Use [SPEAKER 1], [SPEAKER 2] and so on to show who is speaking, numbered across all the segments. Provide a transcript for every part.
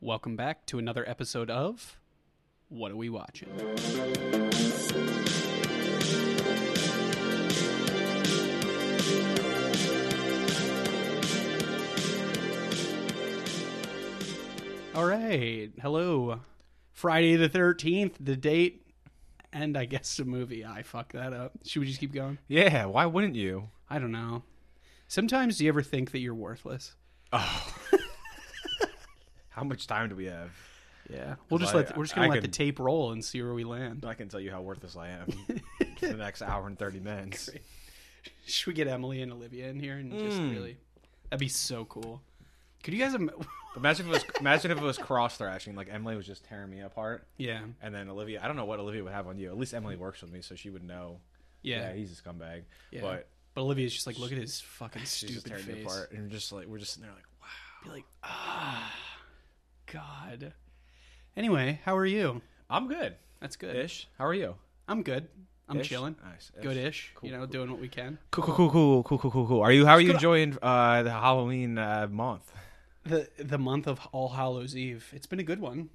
[SPEAKER 1] Welcome back to another episode of What Are We Watching? All right. Hello. Friday the 13th, the date, and I guess the movie. I fucked that up. Should we just keep going?
[SPEAKER 2] Yeah, why wouldn't you?
[SPEAKER 1] I don't know. Sometimes do you ever think that you're worthless?
[SPEAKER 2] Oh. how much time do we have?
[SPEAKER 1] Yeah. We'll just
[SPEAKER 2] I-
[SPEAKER 1] let we're just going
[SPEAKER 2] I
[SPEAKER 1] to let
[SPEAKER 2] could-
[SPEAKER 1] the tape roll and see where we land.
[SPEAKER 2] I can tell you how worthless I am for the next hour and 30 minutes.
[SPEAKER 1] Great. Should we get Emily and Olivia in here and just
[SPEAKER 2] Mm.
[SPEAKER 1] really? That'd be so cool. Could you guys? Im-
[SPEAKER 2] Imagine if it was imagine if it was cross thrashing like Emily was just tearing me apart
[SPEAKER 1] yeah,
[SPEAKER 2] and then Olivia, I don't know what Olivia would have on you. At least Emily works with me so she would know.
[SPEAKER 1] yeah,
[SPEAKER 2] Yeah, he's a scumbag.
[SPEAKER 1] yeah.
[SPEAKER 2] But
[SPEAKER 1] But Olivia's just like, look at his fucking
[SPEAKER 2] she's just
[SPEAKER 1] stupid
[SPEAKER 2] tearing me
[SPEAKER 1] face.
[SPEAKER 2] apart and just like we're just sitting there like, "Wow."
[SPEAKER 1] Be like, ah, God. Anyway, how are you?
[SPEAKER 2] I'm good.
[SPEAKER 1] That's good.
[SPEAKER 2] Ish. How are you?
[SPEAKER 1] I'm good. I'm
[SPEAKER 2] Ish?
[SPEAKER 1] chilling.
[SPEAKER 2] Nice.
[SPEAKER 1] Good ish.
[SPEAKER 2] Cool,
[SPEAKER 1] you know,
[SPEAKER 2] cool.
[SPEAKER 1] doing what we can.
[SPEAKER 2] Cool, cool, cool, cool, cool, cool, cool, cool. Are you how are you
[SPEAKER 1] Good-
[SPEAKER 2] enjoying uh the Halloween uh month?
[SPEAKER 1] the the month of All Hallows Eve. It's been a good one.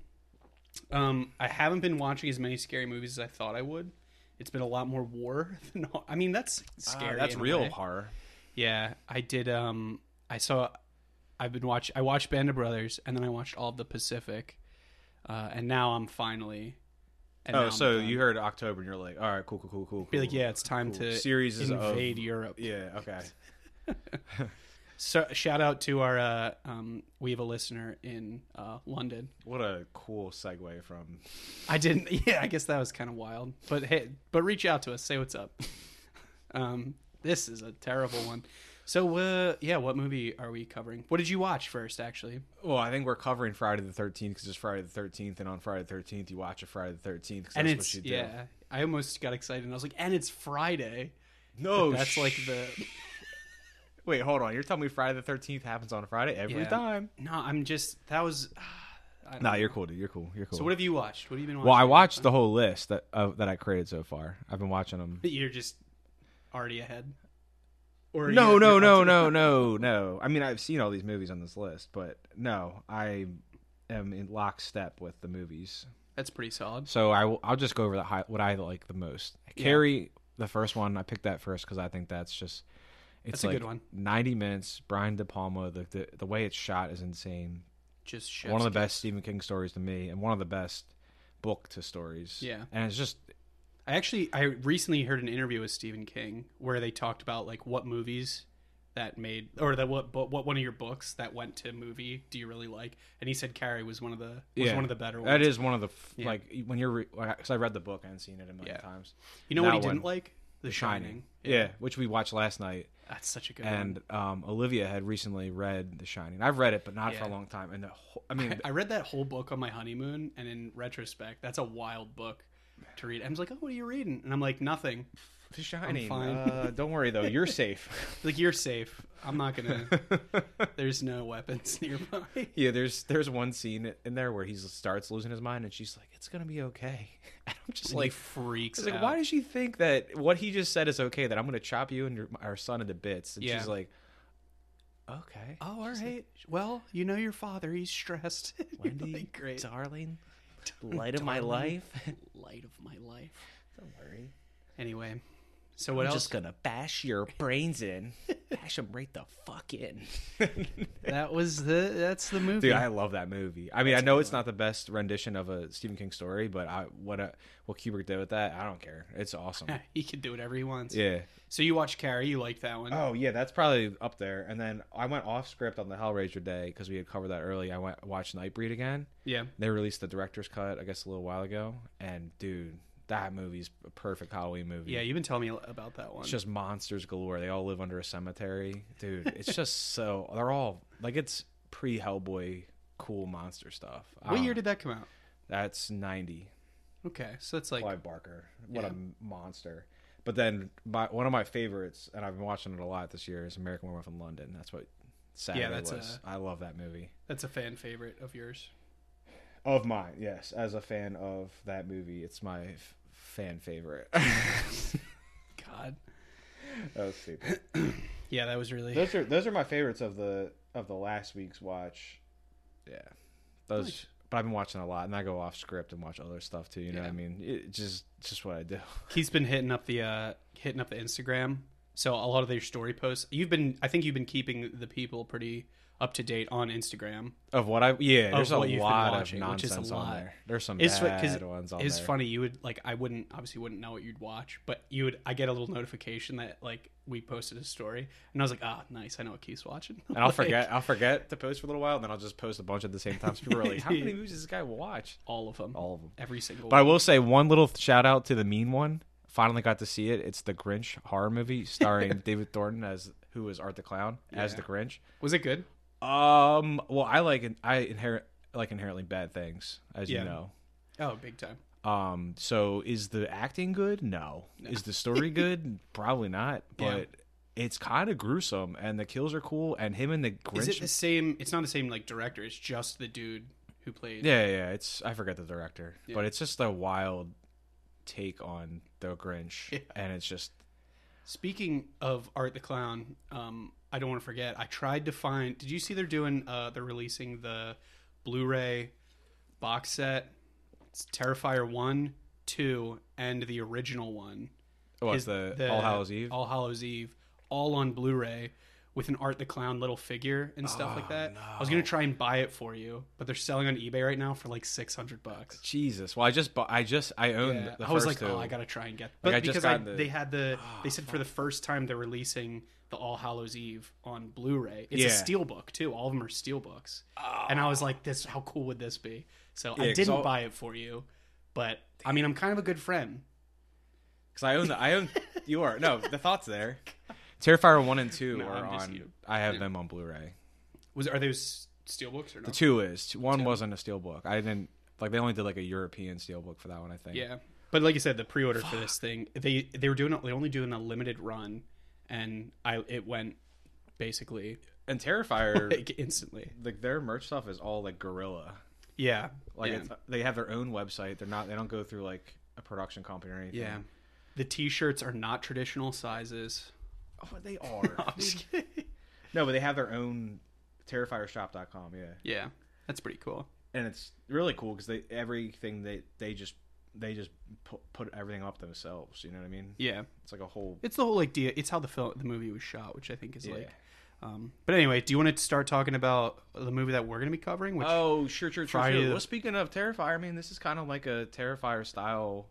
[SPEAKER 1] Um, I haven't been watching as many scary movies as I thought I would. It's been a lot more war. Than, I mean, that's scary.
[SPEAKER 2] Uh, that's
[SPEAKER 1] in a
[SPEAKER 2] real
[SPEAKER 1] way.
[SPEAKER 2] horror.
[SPEAKER 1] Yeah, I did. Um, I saw. I've been watch. I watched Band of Brothers, and then I watched all of the Pacific, uh, and now I'm finally. And now
[SPEAKER 2] Oh,
[SPEAKER 1] I'm
[SPEAKER 2] so
[SPEAKER 1] done.
[SPEAKER 2] you heard October and you're like, all right, cool, cool, cool, cool.
[SPEAKER 1] be like,
[SPEAKER 2] cool.
[SPEAKER 1] yeah, it's time
[SPEAKER 2] Cool.
[SPEAKER 1] to
[SPEAKER 2] Series is of-
[SPEAKER 1] invade Europe.
[SPEAKER 2] Yeah, okay.
[SPEAKER 1] So shout out to our. Uh, um, we have a listener in uh, London
[SPEAKER 2] What a cool segue from.
[SPEAKER 1] I didn't. Yeah, I guess that was kind of wild. But hey, but reach out to us. Say what's up. Um, this is a terrible one. So, uh, yeah, what movie are we covering? What did you watch first, actually?
[SPEAKER 2] Well, I think we're covering Friday the 13th because it's Friday the 13th, and on Friday the 13th you watch a Friday the 13th because
[SPEAKER 1] and
[SPEAKER 2] that's
[SPEAKER 1] it's
[SPEAKER 2] what you do.
[SPEAKER 1] yeah, I almost got excited and I was like, and it's Friday.
[SPEAKER 2] No,
[SPEAKER 1] That's
[SPEAKER 2] sh-
[SPEAKER 1] like the
[SPEAKER 2] Wait, hold on. You're telling me Friday the 13th happens on a Friday every
[SPEAKER 1] Yeah.
[SPEAKER 2] time?
[SPEAKER 1] no. I'm just that was. I don't
[SPEAKER 2] No,
[SPEAKER 1] know.
[SPEAKER 2] you're cool, dude. You're cool. You're cool.
[SPEAKER 1] So, what have you watched? What have you been watching?
[SPEAKER 2] well, I watched the whole list that uh, that I created so far. I've been watching them.
[SPEAKER 1] You're just already ahead. Or
[SPEAKER 2] No,
[SPEAKER 1] you're-
[SPEAKER 2] no,
[SPEAKER 1] you're
[SPEAKER 2] no,
[SPEAKER 1] up to-
[SPEAKER 2] no, no, no. I mean, I've seen all these movies on this list, but no, I am in lockstep with the movies.
[SPEAKER 1] That's pretty solid.
[SPEAKER 2] So I will, I'll just go over the high, what I like the most. Carrie, the first one, I picked that first because I think that's just it's
[SPEAKER 1] That's a
[SPEAKER 2] like
[SPEAKER 1] good one.
[SPEAKER 2] ninety minutes. Brian De Palma, the the, the way it's shot is insane.
[SPEAKER 1] Just
[SPEAKER 2] one of the
[SPEAKER 1] chef's
[SPEAKER 2] best Stephen King stories to me, and one of the best book to stories.
[SPEAKER 1] Yeah.
[SPEAKER 2] and it's just
[SPEAKER 1] I actually I recently heard an interview with Stephen King where they talked about like what movies that made or that what bu- what one of your books that went to movie do you really like? And he said Carrie was one of the was
[SPEAKER 2] Yeah.
[SPEAKER 1] one of the better ones.
[SPEAKER 2] that is one of the f
[SPEAKER 1] Yeah.
[SPEAKER 2] like e, when you're because I read the book and seen it a million
[SPEAKER 1] Yeah.
[SPEAKER 2] times.
[SPEAKER 1] you know what
[SPEAKER 2] that
[SPEAKER 1] he didn't
[SPEAKER 2] one.
[SPEAKER 1] like? The
[SPEAKER 2] Yeah. which we watched last night,
[SPEAKER 1] That's such a good
[SPEAKER 2] and um, Olivia had recently read The Shining. I've read it, but not for a
[SPEAKER 1] Yeah.
[SPEAKER 2] long time. And the whole, I
[SPEAKER 1] one.
[SPEAKER 2] mean,
[SPEAKER 1] I read that whole book on my honeymoon and in retrospect, that's a wild book to read. I was like, "Oh, what are you reading?" And I'm like, "Nothing."
[SPEAKER 2] The Shining.
[SPEAKER 1] fine.
[SPEAKER 2] Uh, don't worry though, you're safe.
[SPEAKER 1] Like, "You're safe. I'm not going to There's no weapons nearby."
[SPEAKER 2] yeah, there's there's one scene in there where he starts losing his mind, and she's like, "It's gonna be okay." And I'm just
[SPEAKER 1] And he
[SPEAKER 2] like,
[SPEAKER 1] freaks
[SPEAKER 2] I was like,
[SPEAKER 1] out.
[SPEAKER 2] why does she think that what he just said is okay? That I'm gonna chop you and your, our son into bits? And
[SPEAKER 1] Yeah.
[SPEAKER 2] she's like, "Okay,
[SPEAKER 1] Oh, all right. well, you know your father. He's stressed. You're
[SPEAKER 2] Wendy,
[SPEAKER 1] like, great.
[SPEAKER 2] darling, light of my
[SPEAKER 1] Darling.
[SPEAKER 2] life.
[SPEAKER 1] Light of my life.
[SPEAKER 2] don't worry."
[SPEAKER 1] Anyway, so what
[SPEAKER 2] I'm
[SPEAKER 1] else?
[SPEAKER 2] just gonna bash your brains in, bash them right the fuck in.
[SPEAKER 1] That was the. That's the movie.
[SPEAKER 2] Dude, I love that movie. I mean, I know it's not the best rendition of a Stephen King story, but I what uh what Kubrick did with that, I don't care. It's awesome.
[SPEAKER 1] he can do whatever he wants.
[SPEAKER 2] yeah.
[SPEAKER 1] So you watched Carrie. You liked that one.
[SPEAKER 2] Oh yeah, that's probably up there. And then I went off script on the Hellraiser day because we had covered that early. I went watched Nightbreed again.
[SPEAKER 1] yeah.
[SPEAKER 2] They released the director's cut, I guess, a little while ago. And dude, that movie's a perfect Halloween movie.
[SPEAKER 1] Yeah. You've been telling me about that one.
[SPEAKER 2] It's just monsters galore. They all live under a cemetery. Dude, it's just so they're all like it's pre Hellboy cool monster stuff. I
[SPEAKER 1] what
[SPEAKER 2] don't
[SPEAKER 1] year
[SPEAKER 2] know.
[SPEAKER 1] did that come out?
[SPEAKER 2] that's ninety.
[SPEAKER 1] Okay, so it's like
[SPEAKER 2] Clive Barker. What
[SPEAKER 1] Yeah.
[SPEAKER 2] a m- monster. But then my one of my favorites, and I've been watching it a lot this year, is American Werewolf in London. That's what Saturday
[SPEAKER 1] that's
[SPEAKER 2] was. I love that movie.
[SPEAKER 1] that's a fan favorite of yours.
[SPEAKER 2] Of mine, yes. As a fan of that movie, it's my f- fan favorite.
[SPEAKER 1] God.
[SPEAKER 2] that was stupid.
[SPEAKER 1] Yeah, that was really.
[SPEAKER 2] Those are those are my favorites of the of the last week's watch. Yeah. Those,
[SPEAKER 1] Nice.
[SPEAKER 2] but I've been watching a lot, and I go off script and watch other stuff too. You know, what I
[SPEAKER 1] Yeah.
[SPEAKER 2] mean, it just it's just what I do.
[SPEAKER 1] Keith's been hitting up the uh hitting up the Instagram. So a lot of their story posts. You've been I think you've been keeping the people pretty up to date on Instagram.
[SPEAKER 2] Of what I yeah, there's a
[SPEAKER 1] what you've been
[SPEAKER 2] lot
[SPEAKER 1] watching,
[SPEAKER 2] of
[SPEAKER 1] which is
[SPEAKER 2] nonsense
[SPEAKER 1] a
[SPEAKER 2] on
[SPEAKER 1] lot.
[SPEAKER 2] there. There's some
[SPEAKER 1] It's fu-
[SPEAKER 2] bad
[SPEAKER 1] 'cause
[SPEAKER 2] ones on
[SPEAKER 1] It's
[SPEAKER 2] there.
[SPEAKER 1] funny you would like I wouldn't obviously wouldn't know what you'd watch, but you would I get a little notification that like we posted a story and I was like, "Ah, nice. I know what Keith's watching."
[SPEAKER 2] And I'll
[SPEAKER 1] Like,
[SPEAKER 2] forget I'll forget to post for a little while, and then I'll just post a bunch at the same time. So people are like, "How many movies does this guy watch?"
[SPEAKER 1] all of them.
[SPEAKER 2] All of them.
[SPEAKER 1] Every single
[SPEAKER 2] But I
[SPEAKER 1] one.
[SPEAKER 2] will say one little shout out to the mean one. Finally got to see it. It's the Grinch horror movie starring David Thornton as who was Art the Clown as
[SPEAKER 1] Yeah.
[SPEAKER 2] the Grinch.
[SPEAKER 1] Was it good?
[SPEAKER 2] Um, well, I like I inherit like inherently bad things, as
[SPEAKER 1] Yeah.
[SPEAKER 2] you know.
[SPEAKER 1] Oh, big time.
[SPEAKER 2] Um, so is the acting good? No. Is the story good? Probably not.
[SPEAKER 1] Yeah.
[SPEAKER 2] But it's kind of gruesome, and the kills are cool, and him and the Grinch.
[SPEAKER 1] Is it the same? It's not the same like director. It's just the dude who played.
[SPEAKER 2] Yeah, yeah. It's I forget the director,
[SPEAKER 1] Yeah.
[SPEAKER 2] but it's just a wild take on the Grinch,
[SPEAKER 1] Yeah.
[SPEAKER 2] and it's just
[SPEAKER 1] Speaking of Art the Clown, um, I don't want to forget. I tried to find. Did you see they're doing? Uh, they're releasing the Blu-ray box set. It's Terrifier one, two, and the original one.
[SPEAKER 2] oh, it's
[SPEAKER 1] His-
[SPEAKER 2] the, All Hallows Eve.
[SPEAKER 1] All Hallows Eve, all on Blu-ray with an Art the Clown little figure and stuff like
[SPEAKER 2] Oh,
[SPEAKER 1] that. I was
[SPEAKER 2] no.
[SPEAKER 1] gonna try and buy it for you, but they're selling on eBay right now for like six hundred bucks.
[SPEAKER 2] Jesus. Well, I just bought. I just I owned.
[SPEAKER 1] Yeah,
[SPEAKER 2] The
[SPEAKER 1] I was
[SPEAKER 2] first
[SPEAKER 1] like,
[SPEAKER 2] two.
[SPEAKER 1] oh, I gotta try and get. But
[SPEAKER 2] Like, I just
[SPEAKER 1] because I,
[SPEAKER 2] got the-
[SPEAKER 1] they had the, they said for the first time they're releasing the All Hallows Eve on Blu-ray. It's
[SPEAKER 2] Yeah.
[SPEAKER 1] a steelbook too. All of them are steelbooks.
[SPEAKER 2] Ah,
[SPEAKER 1] And I was like, this, how cool would this be? So
[SPEAKER 2] Yeah,
[SPEAKER 1] I
[SPEAKER 2] 'cause
[SPEAKER 1] didn't
[SPEAKER 2] all-
[SPEAKER 1] buy it for you, but I mean, I'm kind of a good friend.
[SPEAKER 2] Because I own the I own you are no the thoughts there. Terrifier one and two
[SPEAKER 1] No,
[SPEAKER 2] are
[SPEAKER 1] I'm just
[SPEAKER 2] on.
[SPEAKER 1] you.
[SPEAKER 2] I have them on Blu-ray.
[SPEAKER 1] Was are those steelbooks or
[SPEAKER 2] The
[SPEAKER 1] not?
[SPEAKER 2] two is one wasn't a steelbook. I didn't like they only did like a European steelbook for that one. I think.
[SPEAKER 1] Yeah, but like you said, the pre-order for this thing, they they were doing they only doing a limited run, and I it went basically
[SPEAKER 2] And Terrifier, like,
[SPEAKER 1] like instantly.
[SPEAKER 2] their merch stuff is all like gorilla.
[SPEAKER 1] Yeah,
[SPEAKER 2] Like
[SPEAKER 1] yeah.
[SPEAKER 2] it's, they have their own website. They're not. They don't go through like a production company or anything.
[SPEAKER 1] Yeah. Um, The t-shirts are not traditional sizes.
[SPEAKER 2] Oh, but they are. Dude. no, but they have their own terrifiershop.com. Yeah.
[SPEAKER 1] yeah. That's pretty cool.
[SPEAKER 2] and it's really cool because they everything they they just they just put, put everything up themselves you know what i mean
[SPEAKER 1] Yeah.
[SPEAKER 2] it's like a whole
[SPEAKER 1] It's the whole idea. It's how the film the movie was shot, which I think is
[SPEAKER 2] yeah.
[SPEAKER 1] like um but anyway, do you want to start talking about the movie that we're going to be covering, which
[SPEAKER 2] oh sure sure sure,
[SPEAKER 1] Friday
[SPEAKER 2] sure.
[SPEAKER 1] the-
[SPEAKER 2] well speaking of terrifier i mean this is kind of like a terrifier style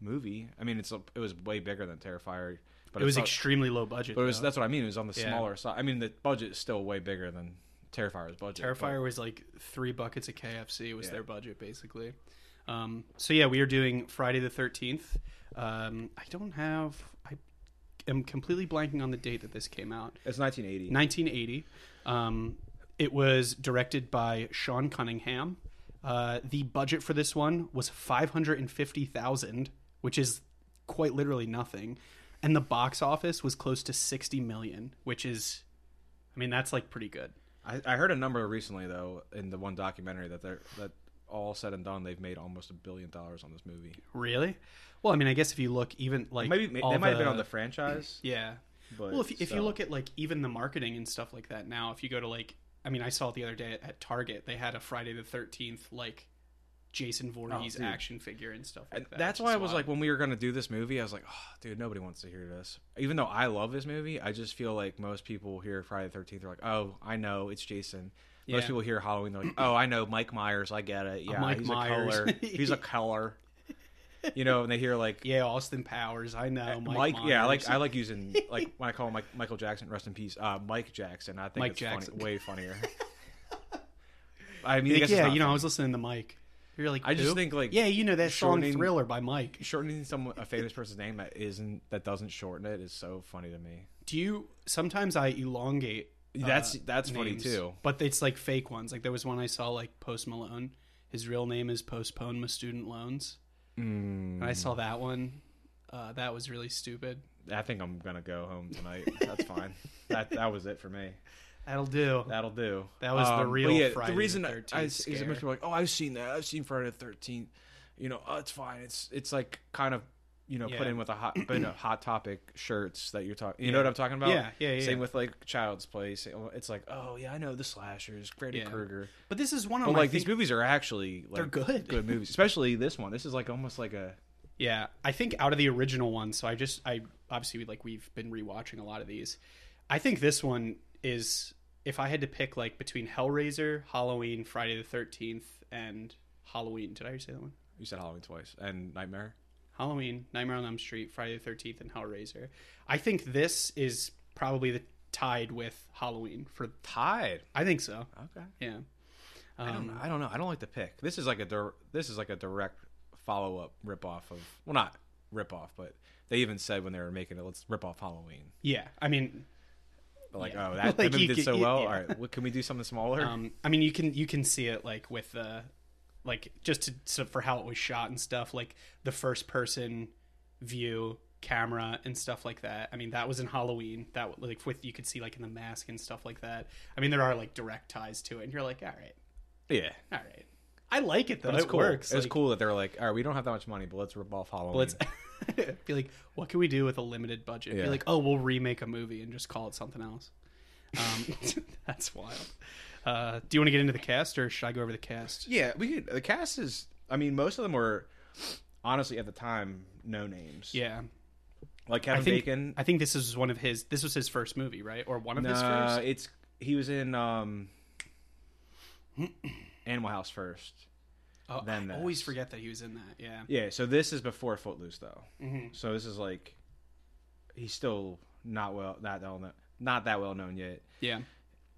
[SPEAKER 2] movie i mean it's a, it was way bigger than terrifier but
[SPEAKER 1] it was
[SPEAKER 2] it's not-
[SPEAKER 1] extremely low budget.
[SPEAKER 2] but it was
[SPEAKER 1] though.
[SPEAKER 2] that's what i mean it was on the
[SPEAKER 1] Yeah.
[SPEAKER 2] smaller side i mean the budget is still way bigger than terrifier's budget but-
[SPEAKER 1] Terrifier was like 3 buckets of KFC was
[SPEAKER 2] Yeah.
[SPEAKER 1] their budget basically. Um so yeah, we are doing Friday the 13th. Um I don't have I am completely blanking on the date that this came out.
[SPEAKER 2] it's 1980
[SPEAKER 1] 1980. Um, it was directed by Sean Cunningham. Uh, the budget for this one was 550,000, which is quite literally nothing, and the box office was close to 60 million, which is, I mean, that's like pretty good.
[SPEAKER 2] I, I heard a number recently though in the one documentary that they're that all said and done they've made almost a billion dollars on this movie
[SPEAKER 1] Really? Well, I mean, I guess if you look even like
[SPEAKER 2] maybe they
[SPEAKER 1] all
[SPEAKER 2] might have been on the franchise
[SPEAKER 1] yeah.
[SPEAKER 2] but
[SPEAKER 1] Well, if, if you
[SPEAKER 2] so-
[SPEAKER 1] look at like even the marketing and stuff like that now, if you go to like, I mean, I saw it the other day at, at Target, they had a Friday the 13th, like Jason Voorhees
[SPEAKER 2] Oh, dude.
[SPEAKER 1] action figure and stuff like
[SPEAKER 2] And
[SPEAKER 1] that.
[SPEAKER 2] that's
[SPEAKER 1] which
[SPEAKER 2] why
[SPEAKER 1] is
[SPEAKER 2] I was like, when we were gonna do this movie, I was like, oh, dude, nobody wants to hear this. Even though I love this movie, I just feel like most people hear Friday the Thirteenth are like, oh, I know it's Jason. Most
[SPEAKER 1] Yeah.
[SPEAKER 2] people hear Halloween, they're like, oh, I know Mike Myers, I get it. Yeah,
[SPEAKER 1] Mike
[SPEAKER 2] he's
[SPEAKER 1] Myers."
[SPEAKER 2] a color. He's a color. You know, and they hear like
[SPEAKER 1] yeah, Austin Powers. I know.
[SPEAKER 2] Mike.
[SPEAKER 1] Mike,
[SPEAKER 2] yeah, I
[SPEAKER 1] Myers.
[SPEAKER 2] like I like using like when I call him Mike, Michael Jackson, rest in peace, uh, Mike Jackson. I think
[SPEAKER 1] Mike
[SPEAKER 2] it's
[SPEAKER 1] Jackson.
[SPEAKER 2] Funny, way funnier. I mean, I
[SPEAKER 1] Like,
[SPEAKER 2] guess
[SPEAKER 1] yeah,
[SPEAKER 2] yeah,
[SPEAKER 1] you know, I was listening to Mike. You're like,
[SPEAKER 2] I just
[SPEAKER 1] who?
[SPEAKER 2] think like
[SPEAKER 1] yeah, you know that song
[SPEAKER 2] shortening-
[SPEAKER 1] Thriller by Mike.
[SPEAKER 2] shortening someone a famous person's name that isn't that doesn't shorten it is so funny to me.
[SPEAKER 1] Do you sometimes I elongate? uh,
[SPEAKER 2] That's that's funny
[SPEAKER 1] names,
[SPEAKER 2] too.
[SPEAKER 1] but it's like fake ones. Like there was one I saw like Post Malone. His real name is Postpone My Student Loans.
[SPEAKER 2] Mm,
[SPEAKER 1] And I saw that one. Uh, that was really stupid.
[SPEAKER 2] I think I'm gonna go home tonight. That's fine. that that was it for me.
[SPEAKER 1] That'll do.
[SPEAKER 2] That'll do. Um,
[SPEAKER 1] That was the
[SPEAKER 2] but
[SPEAKER 1] real Friday
[SPEAKER 2] the
[SPEAKER 1] the
[SPEAKER 2] reason
[SPEAKER 1] 13th
[SPEAKER 2] I, is is
[SPEAKER 1] scare.
[SPEAKER 2] most people are like, oh, I've seen that. I've seen Friday the Thirteenth. You know, oh, it's fine. It's it's like kind of you know,
[SPEAKER 1] Yeah.
[SPEAKER 2] put in with a hot, put in a hot topic shirts that you're talking. You
[SPEAKER 1] Yeah.
[SPEAKER 2] know what I'm talking about?
[SPEAKER 1] Yeah, yeah, yeah,
[SPEAKER 2] Same
[SPEAKER 1] yeah.
[SPEAKER 2] with like Child's Play. Same- It's like, oh yeah, I know the slashers, Freddy
[SPEAKER 1] Yeah.
[SPEAKER 2] Krueger.
[SPEAKER 1] But this is one of
[SPEAKER 2] But
[SPEAKER 1] my
[SPEAKER 2] like
[SPEAKER 1] things.
[SPEAKER 2] these movies are actually like,
[SPEAKER 1] They're good.
[SPEAKER 2] good movies, especially this one. This is like almost like a
[SPEAKER 1] Yeah, I think out of the original one, so I just I obviously like we've been rewatching a lot of these. I think this one is if I had to pick like between Hellraiser, Halloween, Friday the Thirteenth, and Halloween. Did I already say that one?
[SPEAKER 2] you said Halloween twice and Nightmare.
[SPEAKER 1] Halloween, Nightmare on Elm Street, Friday the Thirteenth, and Hellraiser. I think this is probably the tied with Halloween for.
[SPEAKER 2] Tied.
[SPEAKER 1] I think so.
[SPEAKER 2] Okay.
[SPEAKER 1] Yeah.
[SPEAKER 2] I don't, I don't know. I don't like the pick. This is like a dir- this is like a direct follow up rip off of well not rip off, but they even said when they were making it, let's rip off Halloween.
[SPEAKER 1] Yeah. I mean,
[SPEAKER 2] But like,
[SPEAKER 1] Yeah.
[SPEAKER 2] oh, that, that
[SPEAKER 1] Like,
[SPEAKER 2] movie
[SPEAKER 1] you
[SPEAKER 2] did
[SPEAKER 1] could-
[SPEAKER 2] so
[SPEAKER 1] you-
[SPEAKER 2] well.
[SPEAKER 1] yeah.
[SPEAKER 2] All right, what, can we do something smaller?
[SPEAKER 1] um i mean you can you can see it like with the like just to so for how it was shot and stuff like the first person view camera and stuff like that i mean that was in halloween that like with you could see like in the mask and stuff like that i mean there are like direct ties to it and you're like all right
[SPEAKER 2] yeah,
[SPEAKER 1] all right i like it though
[SPEAKER 2] but it's
[SPEAKER 1] it
[SPEAKER 2] cool.
[SPEAKER 1] works
[SPEAKER 2] It was
[SPEAKER 1] like,
[SPEAKER 2] cool that they were like, all right, we don't have that much money, but let's rip off Halloween.
[SPEAKER 1] let's be like what can we do with a limited budget be
[SPEAKER 2] Yeah.
[SPEAKER 1] like oh we'll remake a movie and just call it something else um that's wild uh do you want to get into the cast or should i go over the cast
[SPEAKER 2] yeah, we could. The cast is. I mean, most of them were honestly at the time no names.
[SPEAKER 1] yeah
[SPEAKER 2] like Kevin
[SPEAKER 1] I think
[SPEAKER 2] Bacon.
[SPEAKER 1] I think this is one of his. This was his first movie, right? Or one of his
[SPEAKER 2] Nah,
[SPEAKER 1] first.
[SPEAKER 2] it's he was in um, Animal House first.
[SPEAKER 1] Oh,
[SPEAKER 2] then
[SPEAKER 1] I always
[SPEAKER 2] this.
[SPEAKER 1] forget that he was in that. Yeah.
[SPEAKER 2] Yeah, so this is before Footloose though.
[SPEAKER 1] Mm-hmm.
[SPEAKER 2] So this is like he's still not well not that well known, not that well known yet.
[SPEAKER 1] Yeah.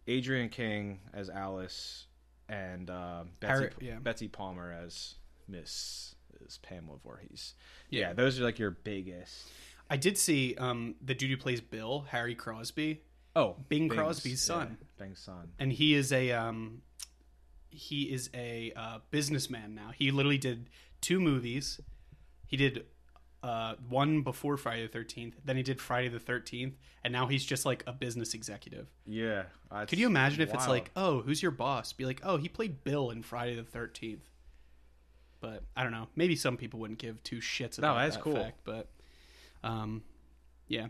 [SPEAKER 2] Adrian King as Alice and uh, Betsy
[SPEAKER 1] Harriet- yeah.
[SPEAKER 2] Betsy Palmer as Miss as Pamela Voorhees.
[SPEAKER 1] Yeah.
[SPEAKER 2] Yeah. those are like your biggest.
[SPEAKER 1] I did see um, the dude who plays Bill, Harry Crosby,
[SPEAKER 2] Oh,
[SPEAKER 1] Bing Crosby's son.
[SPEAKER 2] yeah, Bing's son.
[SPEAKER 1] and he is a um, he is a uh, businessman now. He literally did two movies. He did uh, one before Friday the Thirteenth, then he did Friday the Thirteenth, and now he's just like a business executive.
[SPEAKER 2] Yeah.
[SPEAKER 1] Could you imagine if it's like, oh, who's your boss? Be like, oh, he played Bill in Friday the Thirteenth. But I don't know. Maybe some people wouldn't give two shits about
[SPEAKER 2] that's
[SPEAKER 1] that
[SPEAKER 2] cool.
[SPEAKER 1] fact. But, um, yeah.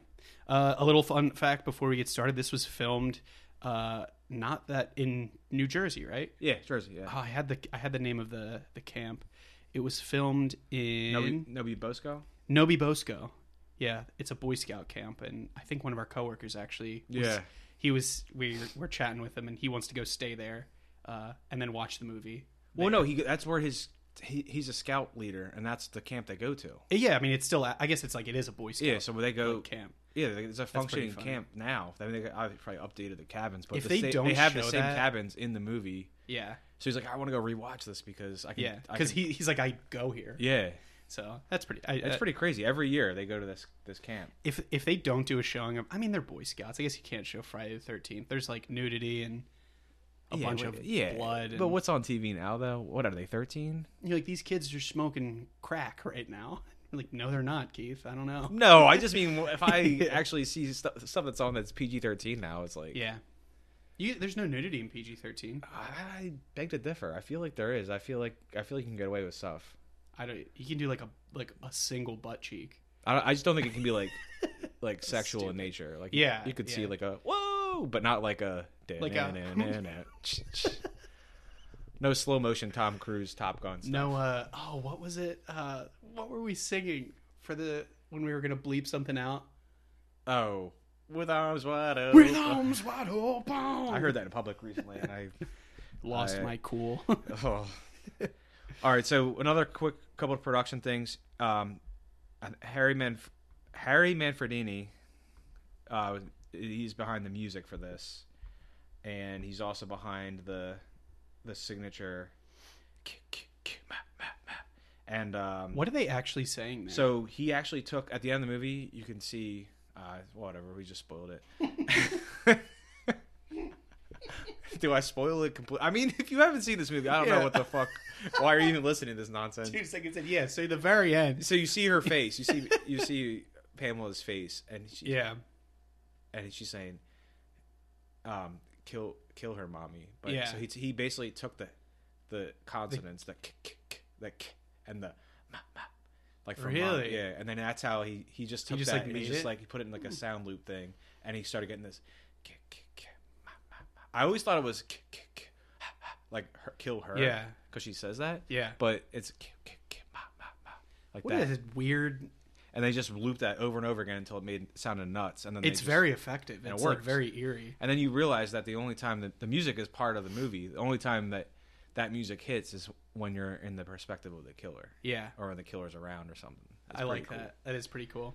[SPEAKER 1] Uh, a little fun fact before we get started: this was filmed, uh, not that in New Jersey, right?
[SPEAKER 2] Yeah, Jersey, yeah.
[SPEAKER 1] Oh, I had the I had the name of the the camp. It was filmed in
[SPEAKER 2] Nobu, Nobu Bosco?
[SPEAKER 1] Nobi Bosco. Yeah, it's a Boy Scout camp, and I think one of our coworkers actually. Was,
[SPEAKER 2] Yeah.
[SPEAKER 1] he was. We were chatting with him, and he wants to go stay there, uh, and then watch the movie.
[SPEAKER 2] Well, no, he that's where his he, he's a scout leader and that's the camp they go to.
[SPEAKER 1] Yeah, I mean, it's still. I guess it's like it is a Boy Scout
[SPEAKER 2] Yeah, so they go
[SPEAKER 1] camp.
[SPEAKER 2] Yeah, they- it's a functioning
[SPEAKER 1] funny.
[SPEAKER 2] camp now. I mean, they I probably updated the cabins, but
[SPEAKER 1] If
[SPEAKER 2] the
[SPEAKER 1] they
[SPEAKER 2] sa-
[SPEAKER 1] don't
[SPEAKER 2] they have the
[SPEAKER 1] show
[SPEAKER 2] same
[SPEAKER 1] that-
[SPEAKER 2] cabins in the movie.
[SPEAKER 1] Yeah,
[SPEAKER 2] So he's like, I want to go rewatch this because I can.
[SPEAKER 1] yeah,
[SPEAKER 2] I
[SPEAKER 1] because
[SPEAKER 2] can-
[SPEAKER 1] he, he's like, I go here.
[SPEAKER 2] yeah,
[SPEAKER 1] So that's pretty. I,
[SPEAKER 2] it's
[SPEAKER 1] uh,
[SPEAKER 2] pretty crazy. Every year they go to this this camp.
[SPEAKER 1] If if they don't do a showing of, I mean, they're Boy Scouts. I guess you can't show Friday the Thirteenth. There's like nudity and a
[SPEAKER 2] Yeah,
[SPEAKER 1] bunch
[SPEAKER 2] wait,
[SPEAKER 1] of blood. And,
[SPEAKER 2] But what's on TV now though? What are they? Thirteen?
[SPEAKER 1] You're like these kids are smoking crack right now. like, no, they're not, Keith. I don't know.
[SPEAKER 2] No, I just mean if I actually see stuff, stuff that's on that's PG thirteen now, it's like
[SPEAKER 1] Yeah. You, there's no nudity in PG 13.
[SPEAKER 2] I beg to differ. I feel like there is. I feel like I feel like you can get away with stuff.
[SPEAKER 1] I don't. You can do like a like a single butt cheek.
[SPEAKER 2] I, don't, I just don't think it can be like like sexual in nature. Like you-
[SPEAKER 1] Yeah,
[SPEAKER 2] you could see
[SPEAKER 1] yeah.
[SPEAKER 2] like a whoa, but not like a
[SPEAKER 1] Like a-
[SPEAKER 2] da-na-na-na-na. no slow motion Tom Cruise Top Gun. Stuff.
[SPEAKER 1] No. Uh. Oh, what was it? Uh. What were we singing for the when we were gonna bleep something out?
[SPEAKER 2] Oh, with arms wide open.
[SPEAKER 1] With arms wide open.
[SPEAKER 2] I heard that in public recently, and I
[SPEAKER 1] Lost
[SPEAKER 2] I-
[SPEAKER 1] my cool.
[SPEAKER 2] oh. All right, so another quick couple of production things. Um, and Harry Manf- Harry Manfredini, uh, he's behind the music for this, and he's also behind the the signature. And um,
[SPEAKER 1] what are they actually saying? There?
[SPEAKER 2] so he actually took at the end of the movie. You can see uh, whatever we just spoiled it. Do I spoil it completely? I mean, if you haven't seen this movie, I don't
[SPEAKER 1] Yeah.
[SPEAKER 2] know what the fuck. Why are you even listening to this nonsense?
[SPEAKER 1] two seconds in. Yeah. So the very end.
[SPEAKER 2] So you see her face. You see you see Pamela's face, and she,
[SPEAKER 1] Yeah.
[SPEAKER 2] and she's saying, um, "Kill kill her, mommy." But
[SPEAKER 1] Yeah.
[SPEAKER 2] so he, he basically took the the consonants, the k, k, k, the k, and the ma, ma, like from Mon-
[SPEAKER 1] Really?
[SPEAKER 2] yeah. And then that's how he he just took
[SPEAKER 1] just,
[SPEAKER 2] that
[SPEAKER 1] like,
[SPEAKER 2] and he
[SPEAKER 1] made
[SPEAKER 2] just
[SPEAKER 1] it? Hmm.
[SPEAKER 2] like he put it in like a sound loop thing, and he started getting this. "K- k- k- ma- ma- ma." I always thought it was k- k- k- ha- ha, like her, kill her,
[SPEAKER 1] Yeah.
[SPEAKER 2] because she says that,
[SPEAKER 1] Yeah.
[SPEAKER 2] But it's k- k- k- ma- ma- ma, like
[SPEAKER 1] What
[SPEAKER 2] that,
[SPEAKER 1] is weird?
[SPEAKER 2] and they just looped that over and over again until it made sounded nuts, and then they
[SPEAKER 1] It's
[SPEAKER 2] just-
[SPEAKER 1] very effective.
[SPEAKER 2] it
[SPEAKER 1] It's like
[SPEAKER 2] works.
[SPEAKER 1] very eerie.
[SPEAKER 2] and then you realize that the only time that the music is part of the movie, the only time that that music hits is when you're in the perspective of the killer
[SPEAKER 1] Yeah,
[SPEAKER 2] or when the killer's around or something. It's
[SPEAKER 1] I
[SPEAKER 2] pretty
[SPEAKER 1] like
[SPEAKER 2] cool.
[SPEAKER 1] that. That is pretty cool.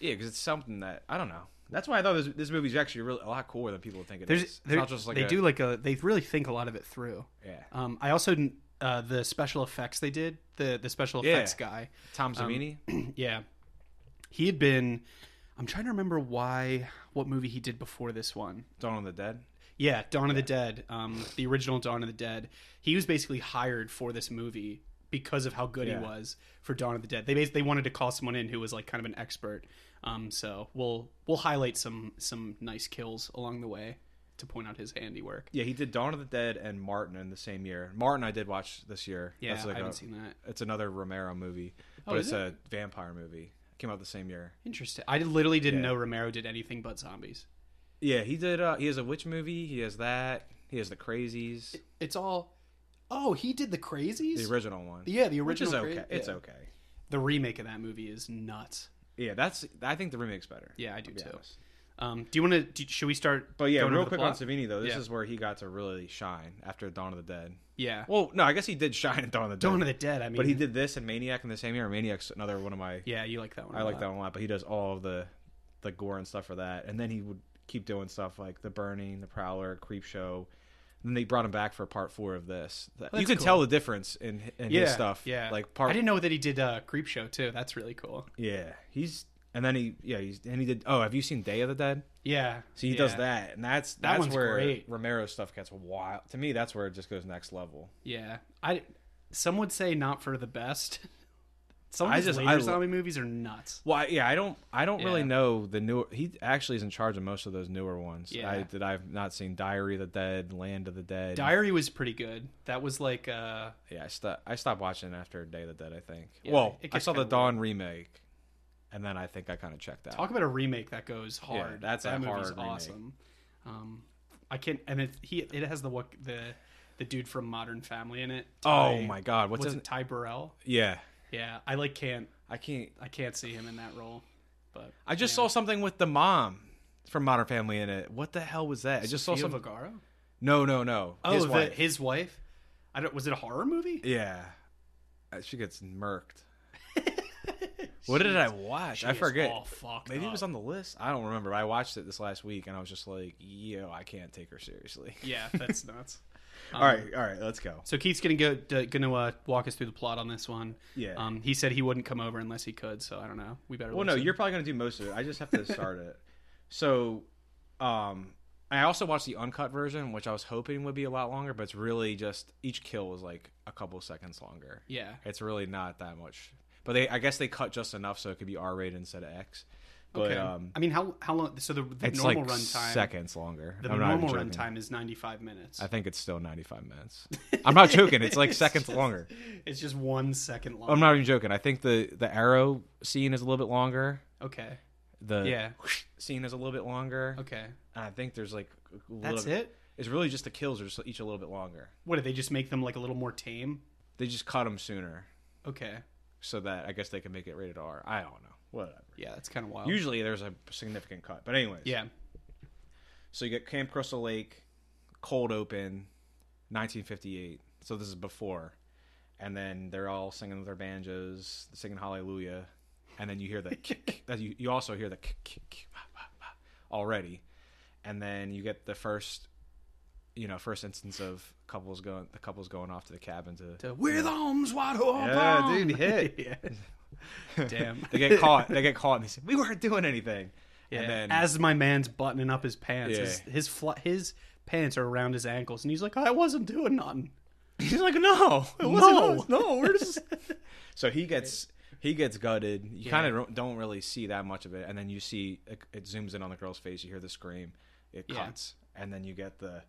[SPEAKER 2] Yeah, because it's something that I don't know. That's why I thought this, this movie's actually really a lot cooler than people think it is.
[SPEAKER 1] There's,
[SPEAKER 2] It's
[SPEAKER 1] there-
[SPEAKER 2] not just like
[SPEAKER 1] they
[SPEAKER 2] a-
[SPEAKER 1] do like a they really think a lot of it through.
[SPEAKER 2] Yeah,
[SPEAKER 1] Um, I also uh, the special effects they did the the special
[SPEAKER 2] Yeah.
[SPEAKER 1] effects guy.
[SPEAKER 2] Tom Savini.
[SPEAKER 1] yeah, he had been. I'm trying to remember why what movie he did before this one.
[SPEAKER 2] Dawn of the Dead.
[SPEAKER 1] Yeah, Dawn of the Dead, um, the original Dawn of the Dead. He was basically hired for this movie because of how good
[SPEAKER 2] Yeah.
[SPEAKER 1] he was for Dawn of the Dead. They bas- they wanted to call someone in who was like kind of an expert. Um, so we'll we'll highlight some some nice kills along the way to point out his handiwork.
[SPEAKER 2] Yeah, he did Dawn of the Dead and Martin in the same year. Martin, I did watch this year.
[SPEAKER 1] Yeah,
[SPEAKER 2] That's like
[SPEAKER 1] I haven't
[SPEAKER 2] a-
[SPEAKER 1] seen that.
[SPEAKER 2] It's another Romero movie, but
[SPEAKER 1] is
[SPEAKER 2] it's
[SPEAKER 1] it?
[SPEAKER 2] a vampire movie. Came out the same year.
[SPEAKER 1] Interesting. I literally didn't
[SPEAKER 2] Yeah.
[SPEAKER 1] know Romero did anything but zombies.
[SPEAKER 2] Yeah, he did. Uh, he has a witch movie. He has that. He has the Crazies,
[SPEAKER 1] It's all. Oh, he did the Crazies.
[SPEAKER 2] the original one.
[SPEAKER 1] yeah, the original.
[SPEAKER 2] which is okay.
[SPEAKER 1] Cra-
[SPEAKER 2] It's
[SPEAKER 1] yeah.
[SPEAKER 2] okay.
[SPEAKER 1] The remake of that movie is nuts.
[SPEAKER 2] Yeah, that's. I think the remake's better.
[SPEAKER 1] Yeah, I do
[SPEAKER 2] to be
[SPEAKER 1] too.
[SPEAKER 2] honest.
[SPEAKER 1] Um, do you want to? Should we start?
[SPEAKER 2] But yeah,
[SPEAKER 1] going over
[SPEAKER 2] real
[SPEAKER 1] the
[SPEAKER 2] quick on
[SPEAKER 1] plot?
[SPEAKER 2] Savini though, this
[SPEAKER 1] Yeah.
[SPEAKER 2] is where he got to really shine after Dawn of the Dead.
[SPEAKER 1] Yeah.
[SPEAKER 2] Well, no, I guess he did shine in Dawn of the Dead.
[SPEAKER 1] Dawn of the Dead. I mean,
[SPEAKER 2] but he did this and Maniac in the same year. Maniac's another one of my.
[SPEAKER 1] Yeah, you like that one.
[SPEAKER 2] I
[SPEAKER 1] a
[SPEAKER 2] like
[SPEAKER 1] lot.
[SPEAKER 2] that one a lot. But he does all of the, the gore and stuff for that. And then he would keep doing stuff like the Burning, the Prowler, Creep Show. And then they brought him back for part four of this. That- you
[SPEAKER 1] that's
[SPEAKER 2] can
[SPEAKER 1] cool.
[SPEAKER 2] tell the difference in, in
[SPEAKER 1] Yeah,
[SPEAKER 2] his stuff.
[SPEAKER 1] yeah.
[SPEAKER 2] like part.
[SPEAKER 1] I didn't know that he did uh, Creep Show too. That's really cool.
[SPEAKER 2] Yeah, he's and then he yeah he's and he did. Oh, have you seen Day of the Dead?
[SPEAKER 1] Yeah.
[SPEAKER 2] So he
[SPEAKER 1] yeah,
[SPEAKER 2] does that, and that's that's
[SPEAKER 1] one's
[SPEAKER 2] where
[SPEAKER 1] great.
[SPEAKER 2] Romero's stuff gets wild. To me, that's where it just goes next level.
[SPEAKER 1] Yeah. I. Some would say not for the best. Some of
[SPEAKER 2] I
[SPEAKER 1] his
[SPEAKER 2] just-
[SPEAKER 1] later
[SPEAKER 2] I lo-
[SPEAKER 1] zombie movies are nuts.
[SPEAKER 2] Well, I- yeah, I don't, I don't really
[SPEAKER 1] Yeah.
[SPEAKER 2] know the newer. He actually is in charge of most of those newer ones.
[SPEAKER 1] Yeah.
[SPEAKER 2] I, that I've not seen. Diary of the Dead, Land of the Dead.
[SPEAKER 1] Diary was pretty good. That was like uh,
[SPEAKER 2] yeah, I, sto- I stopped watching after Day of the Dead. I think.
[SPEAKER 1] Yeah,
[SPEAKER 2] well,
[SPEAKER 1] it
[SPEAKER 2] I
[SPEAKER 1] gets
[SPEAKER 2] saw the
[SPEAKER 1] kinda
[SPEAKER 2] Dawn remake, and then I think I kind of checked out.
[SPEAKER 1] talk about a remake that goes hard.
[SPEAKER 2] that's
[SPEAKER 1] that
[SPEAKER 2] a
[SPEAKER 1] movie's
[SPEAKER 2] hard remake.
[SPEAKER 1] awesome. Um, I can't. And it he it has the what the the dude from Modern Family in it.
[SPEAKER 2] oh
[SPEAKER 1] Ty-
[SPEAKER 2] my God, what's,
[SPEAKER 1] What's
[SPEAKER 2] his?
[SPEAKER 1] it? Ty Burrell.
[SPEAKER 2] Yeah,
[SPEAKER 1] Yeah, I like can't
[SPEAKER 2] I can't.
[SPEAKER 1] I can't see him in that role. But
[SPEAKER 2] I just saw something with the mom from Modern Family in it. What the hell was that? I just saw
[SPEAKER 1] Sofia
[SPEAKER 2] some.
[SPEAKER 1] Vergara?
[SPEAKER 2] No, no, no.
[SPEAKER 1] Oh,
[SPEAKER 2] His
[SPEAKER 1] the-
[SPEAKER 2] wife.
[SPEAKER 1] his wife. I don't. Was it a horror movie?
[SPEAKER 2] Yeah, Uh, she gets murked. what did I watch? I
[SPEAKER 1] She is
[SPEAKER 2] forget.
[SPEAKER 1] all fucked
[SPEAKER 2] Maybe it was
[SPEAKER 1] up.
[SPEAKER 2] on the list. I don't remember. But I watched it this last week, and I was just like, "Yo, I can't take her seriously."
[SPEAKER 1] Yeah, that's nuts. Um,
[SPEAKER 2] all right, all right, let's go.
[SPEAKER 1] So Keith's gonna go d- gonna uh, walk us through the plot on this one.
[SPEAKER 2] Yeah.
[SPEAKER 1] Um. He said he wouldn't come over unless he could. So I don't know. We better.
[SPEAKER 2] Well, no,
[SPEAKER 1] listen.
[SPEAKER 2] you're probably gonna do most of it. I just have to start it. So, um, I also watched the uncut version, which I was hoping would be a lot longer, but it's really just each kill was like a couple seconds longer.
[SPEAKER 1] Yeah.
[SPEAKER 2] It's really not that much. But they, I guess they cut just enough so it could be R rated instead of X. But
[SPEAKER 1] Okay.
[SPEAKER 2] um,
[SPEAKER 1] I mean, how how long? So the, the
[SPEAKER 2] it's
[SPEAKER 1] normal
[SPEAKER 2] like
[SPEAKER 1] run time.
[SPEAKER 2] seconds longer.
[SPEAKER 1] The
[SPEAKER 2] I'm not even
[SPEAKER 1] normal
[SPEAKER 2] joking.
[SPEAKER 1] run time is 95 minutes.
[SPEAKER 2] I think it's still 95 minutes. I'm not joking. It's like
[SPEAKER 1] It's
[SPEAKER 2] seconds
[SPEAKER 1] just-
[SPEAKER 2] longer.
[SPEAKER 1] It's just one second long.
[SPEAKER 2] I'm not even joking. I think the the arrow scene is a little bit longer.
[SPEAKER 1] Okay.
[SPEAKER 2] The
[SPEAKER 1] Yeah.
[SPEAKER 2] scene is a little bit longer.
[SPEAKER 1] Okay.
[SPEAKER 2] And I think there's like a little
[SPEAKER 1] That's
[SPEAKER 2] bit-
[SPEAKER 1] it.
[SPEAKER 2] It's really just the kills are just each a little bit longer.
[SPEAKER 1] What did they just make them like a little more tame?
[SPEAKER 2] They just cut them sooner
[SPEAKER 1] Okay.
[SPEAKER 2] so that I guess they can make it rated R. I don't know. Whatever.
[SPEAKER 1] Yeah, that's kind of wild.
[SPEAKER 2] Usually there's a significant cut, but anyways.
[SPEAKER 1] Oh. yeah.
[SPEAKER 2] So you get Camp Crystal Lake, cold open, 1958. So this is before, and then they're all singing with their banjos, singing Hallelujah, and then you hear the kick. that You, you also hear the kick, kick, kick, wah, wah, wah, already, and then you get the first, you know, first instance of couples going the couples going off to the cabin to.
[SPEAKER 1] To, With arms wide open.
[SPEAKER 2] Yeah, dude, hit.
[SPEAKER 1] yeah. Damn.
[SPEAKER 2] they get caught. They get caught, and they say we weren't doing anything.
[SPEAKER 1] Yeah.
[SPEAKER 2] And then
[SPEAKER 1] As my man's buttoning up his pants,
[SPEAKER 2] Yeah.
[SPEAKER 1] his his, fl- his pants are around his ankles, and he's like, "Oh, "I wasn't doing nothing."
[SPEAKER 2] he's like, no, it
[SPEAKER 1] No.
[SPEAKER 2] wasn't us. no, we're just So he gets he gets gutted. You kind of don't really see that much of it, and then you see it, it zooms in on the girl's face. You hear the scream. It
[SPEAKER 1] Yeah.
[SPEAKER 2] cuts, and then you get the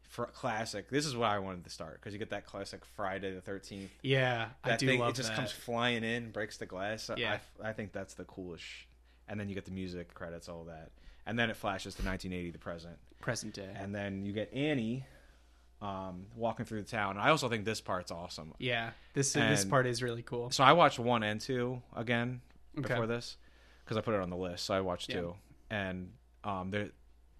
[SPEAKER 2] fr- classic. This is what I wanted to start because you get that classic Friday the Thirteenth.
[SPEAKER 1] Yeah,
[SPEAKER 2] That
[SPEAKER 1] I do
[SPEAKER 2] thing
[SPEAKER 1] love
[SPEAKER 2] it just
[SPEAKER 1] that.
[SPEAKER 2] comes flying in, breaks the glass.
[SPEAKER 1] Yeah.
[SPEAKER 2] Yeah. I, I think that's the coolest. sh- And then you get the music credits, all that, and then it flashes to 1980, the present,
[SPEAKER 1] present day.
[SPEAKER 2] and then you get Annie um, walking through the town. I also think this part's awesome.
[SPEAKER 1] yeah, this this
[SPEAKER 2] and-
[SPEAKER 1] part is really cool.
[SPEAKER 2] So I watched one and two again
[SPEAKER 1] Okay.
[SPEAKER 2] before this because I put it on the list. So I watched
[SPEAKER 1] Yeah.
[SPEAKER 2] two, and um, there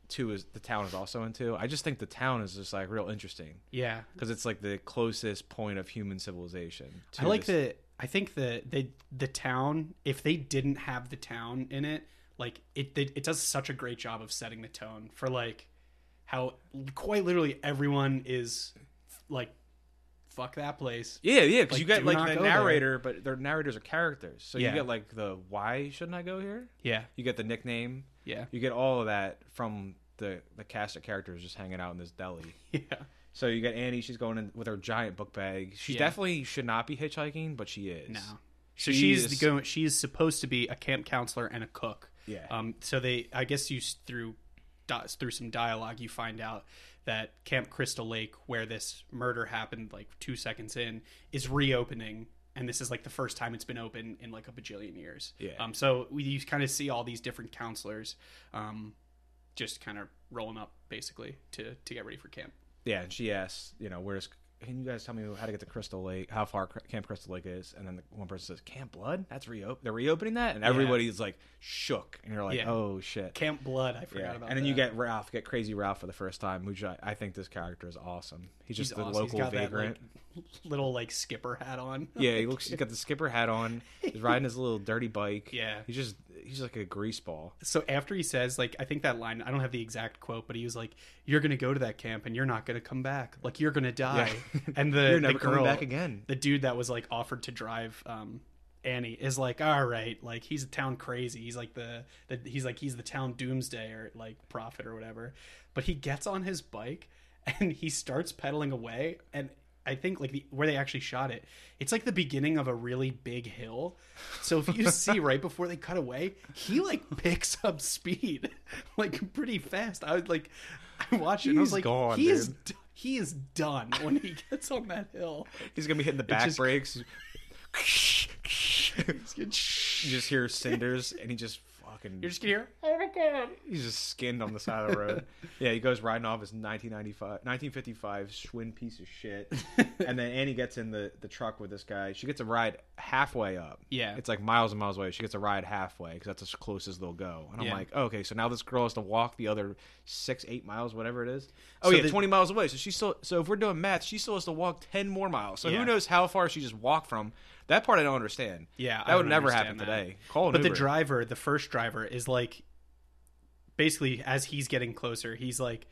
[SPEAKER 2] two is the town is also in two. I just think the town is just like real interesting
[SPEAKER 1] Yeah,
[SPEAKER 2] because it's like the closest point of human civilization. To
[SPEAKER 1] I like
[SPEAKER 2] this-
[SPEAKER 1] the. I think the the the town. If they didn't have the town in it, like it, it it does such a great job of setting the tone for like how quite literally everyone is like fuck that place.
[SPEAKER 2] yeah, yeah, because
[SPEAKER 1] like,
[SPEAKER 2] you get
[SPEAKER 1] do
[SPEAKER 2] like
[SPEAKER 1] not
[SPEAKER 2] the
[SPEAKER 1] go there.
[SPEAKER 2] narrator, but their narrators are characters. So
[SPEAKER 1] Yeah.
[SPEAKER 2] you get like the why shouldn't I go here?
[SPEAKER 1] Yeah,
[SPEAKER 2] You get the nickname.
[SPEAKER 1] yeah,
[SPEAKER 2] You get all of that from the the cast of characters just hanging out in this deli.
[SPEAKER 1] yeah,
[SPEAKER 2] So you got Annie. She's going in with her giant book bag. She
[SPEAKER 1] Yeah.
[SPEAKER 2] definitely should not be hitchhiking, but she is.
[SPEAKER 1] No. So
[SPEAKER 2] She
[SPEAKER 1] she's
[SPEAKER 2] is-
[SPEAKER 1] the go. She is supposed to be a camp counselor and a cook.
[SPEAKER 2] Yeah.
[SPEAKER 1] Um. So they. I guess you s- through di- through some dialogue you find out that Camp Crystal Lake, where this murder happened, like two seconds in, is reopening, and this is like the first time it's been open in like a bajillion years.
[SPEAKER 2] Yeah.
[SPEAKER 1] Um. So we you kind of see all these different counselors, um, just kind of rolling up basically to to get ready for camp.
[SPEAKER 2] Yeah, and she asks, you know, where's can you guys tell me how to get to Crystal Lake? How far Cr- Camp Crystal Lake is? And then the one person says, Camp Blood? That's reopen. They're reopening that, and everybody's like shook, and you're like,
[SPEAKER 1] Yeah.
[SPEAKER 2] oh shit.
[SPEAKER 1] Camp Blood. I
[SPEAKER 2] Yeah.
[SPEAKER 1] forgot about.
[SPEAKER 2] and then you
[SPEAKER 1] that.
[SPEAKER 2] get Ralph, get crazy Ralph for the first time, which I, I think this character is awesome. He's just the
[SPEAKER 1] awesome. He's
[SPEAKER 2] local
[SPEAKER 1] got that,
[SPEAKER 2] vagrant.
[SPEAKER 1] like, little like skipper hat on.
[SPEAKER 2] yeah, he looks. He's got the skipper hat on. He's riding his little dirty bike.
[SPEAKER 1] Yeah.
[SPEAKER 2] he's just he's like a grease ball.
[SPEAKER 1] So after he says like I think that line I don't have the exact quote but he was like you're gonna go to that camp and you're not gonna come back like you're gonna die
[SPEAKER 2] Yeah.
[SPEAKER 1] and the
[SPEAKER 2] You're never
[SPEAKER 1] the
[SPEAKER 2] coming
[SPEAKER 1] girl,
[SPEAKER 2] back again.
[SPEAKER 1] the dude that was like offered to drive um Annie is like all right like he's a town crazy he's like the, the he's like he's the town doomsday or like prophet or whatever but he gets on his bike and he starts pedaling away and I think like the where they actually shot it it's like the beginning of a really big hill so if you see right before they cut away he like picks up speed like pretty fast I was like I watched it and I was
[SPEAKER 2] He's
[SPEAKER 1] like
[SPEAKER 2] gone,
[SPEAKER 1] he is
[SPEAKER 2] dude.
[SPEAKER 1] d- he is done when he gets on that hill
[SPEAKER 2] He's gonna be hitting the back
[SPEAKER 1] just-
[SPEAKER 2] brakes.
[SPEAKER 1] It's good.
[SPEAKER 2] You just hear cinders, and he just fucking.
[SPEAKER 1] You're just gonna hear.
[SPEAKER 2] He's just skinned on the side of the road. yeah, he goes riding off his 1995, 1955 Schwinn piece of shit. and then Annie gets in the, the truck with this guy. She gets a ride halfway up.
[SPEAKER 1] Yeah.
[SPEAKER 2] It's like miles and miles away. She gets a ride halfway because that's as close as they'll go. And I'm
[SPEAKER 1] Yeah.
[SPEAKER 2] like, okay, so now this girl has to walk the other six, eight miles, whatever it is. Oh,
[SPEAKER 1] So
[SPEAKER 2] yeah,
[SPEAKER 1] the-
[SPEAKER 2] 20 miles away. So she still, so if we're doing math, she still has to walk 10 more miles. So
[SPEAKER 1] Yeah.
[SPEAKER 2] who knows how far she just walked from. That part I don't understand.
[SPEAKER 1] Yeah,
[SPEAKER 2] That would never happen today. Call an
[SPEAKER 1] But the
[SPEAKER 2] Uber.
[SPEAKER 1] driver, the first driver, is like, basically, as he's getting closer, he's like,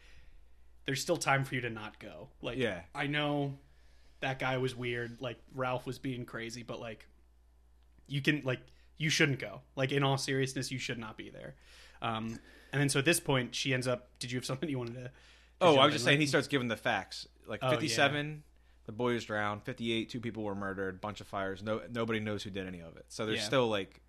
[SPEAKER 1] "There's still time for you to not go." Like,
[SPEAKER 2] Yeah.
[SPEAKER 1] I know that guy was weird. Like Ralph was being crazy, but like, you can like you shouldn't go. Like in all seriousness, you should not be there. Um, and then so at this point, she ends up. Did you have something you wanted to? to
[SPEAKER 2] Oh,
[SPEAKER 1] jump
[SPEAKER 2] I
[SPEAKER 1] in
[SPEAKER 2] was just
[SPEAKER 1] with?
[SPEAKER 2] saying he starts giving the facts. Like
[SPEAKER 1] Oh, yeah.
[SPEAKER 2] 57, the boy was drowned. 58, two people were murdered. Bunch of fires. No, nobody knows who did any of it. So there's
[SPEAKER 1] Yeah.
[SPEAKER 2] still like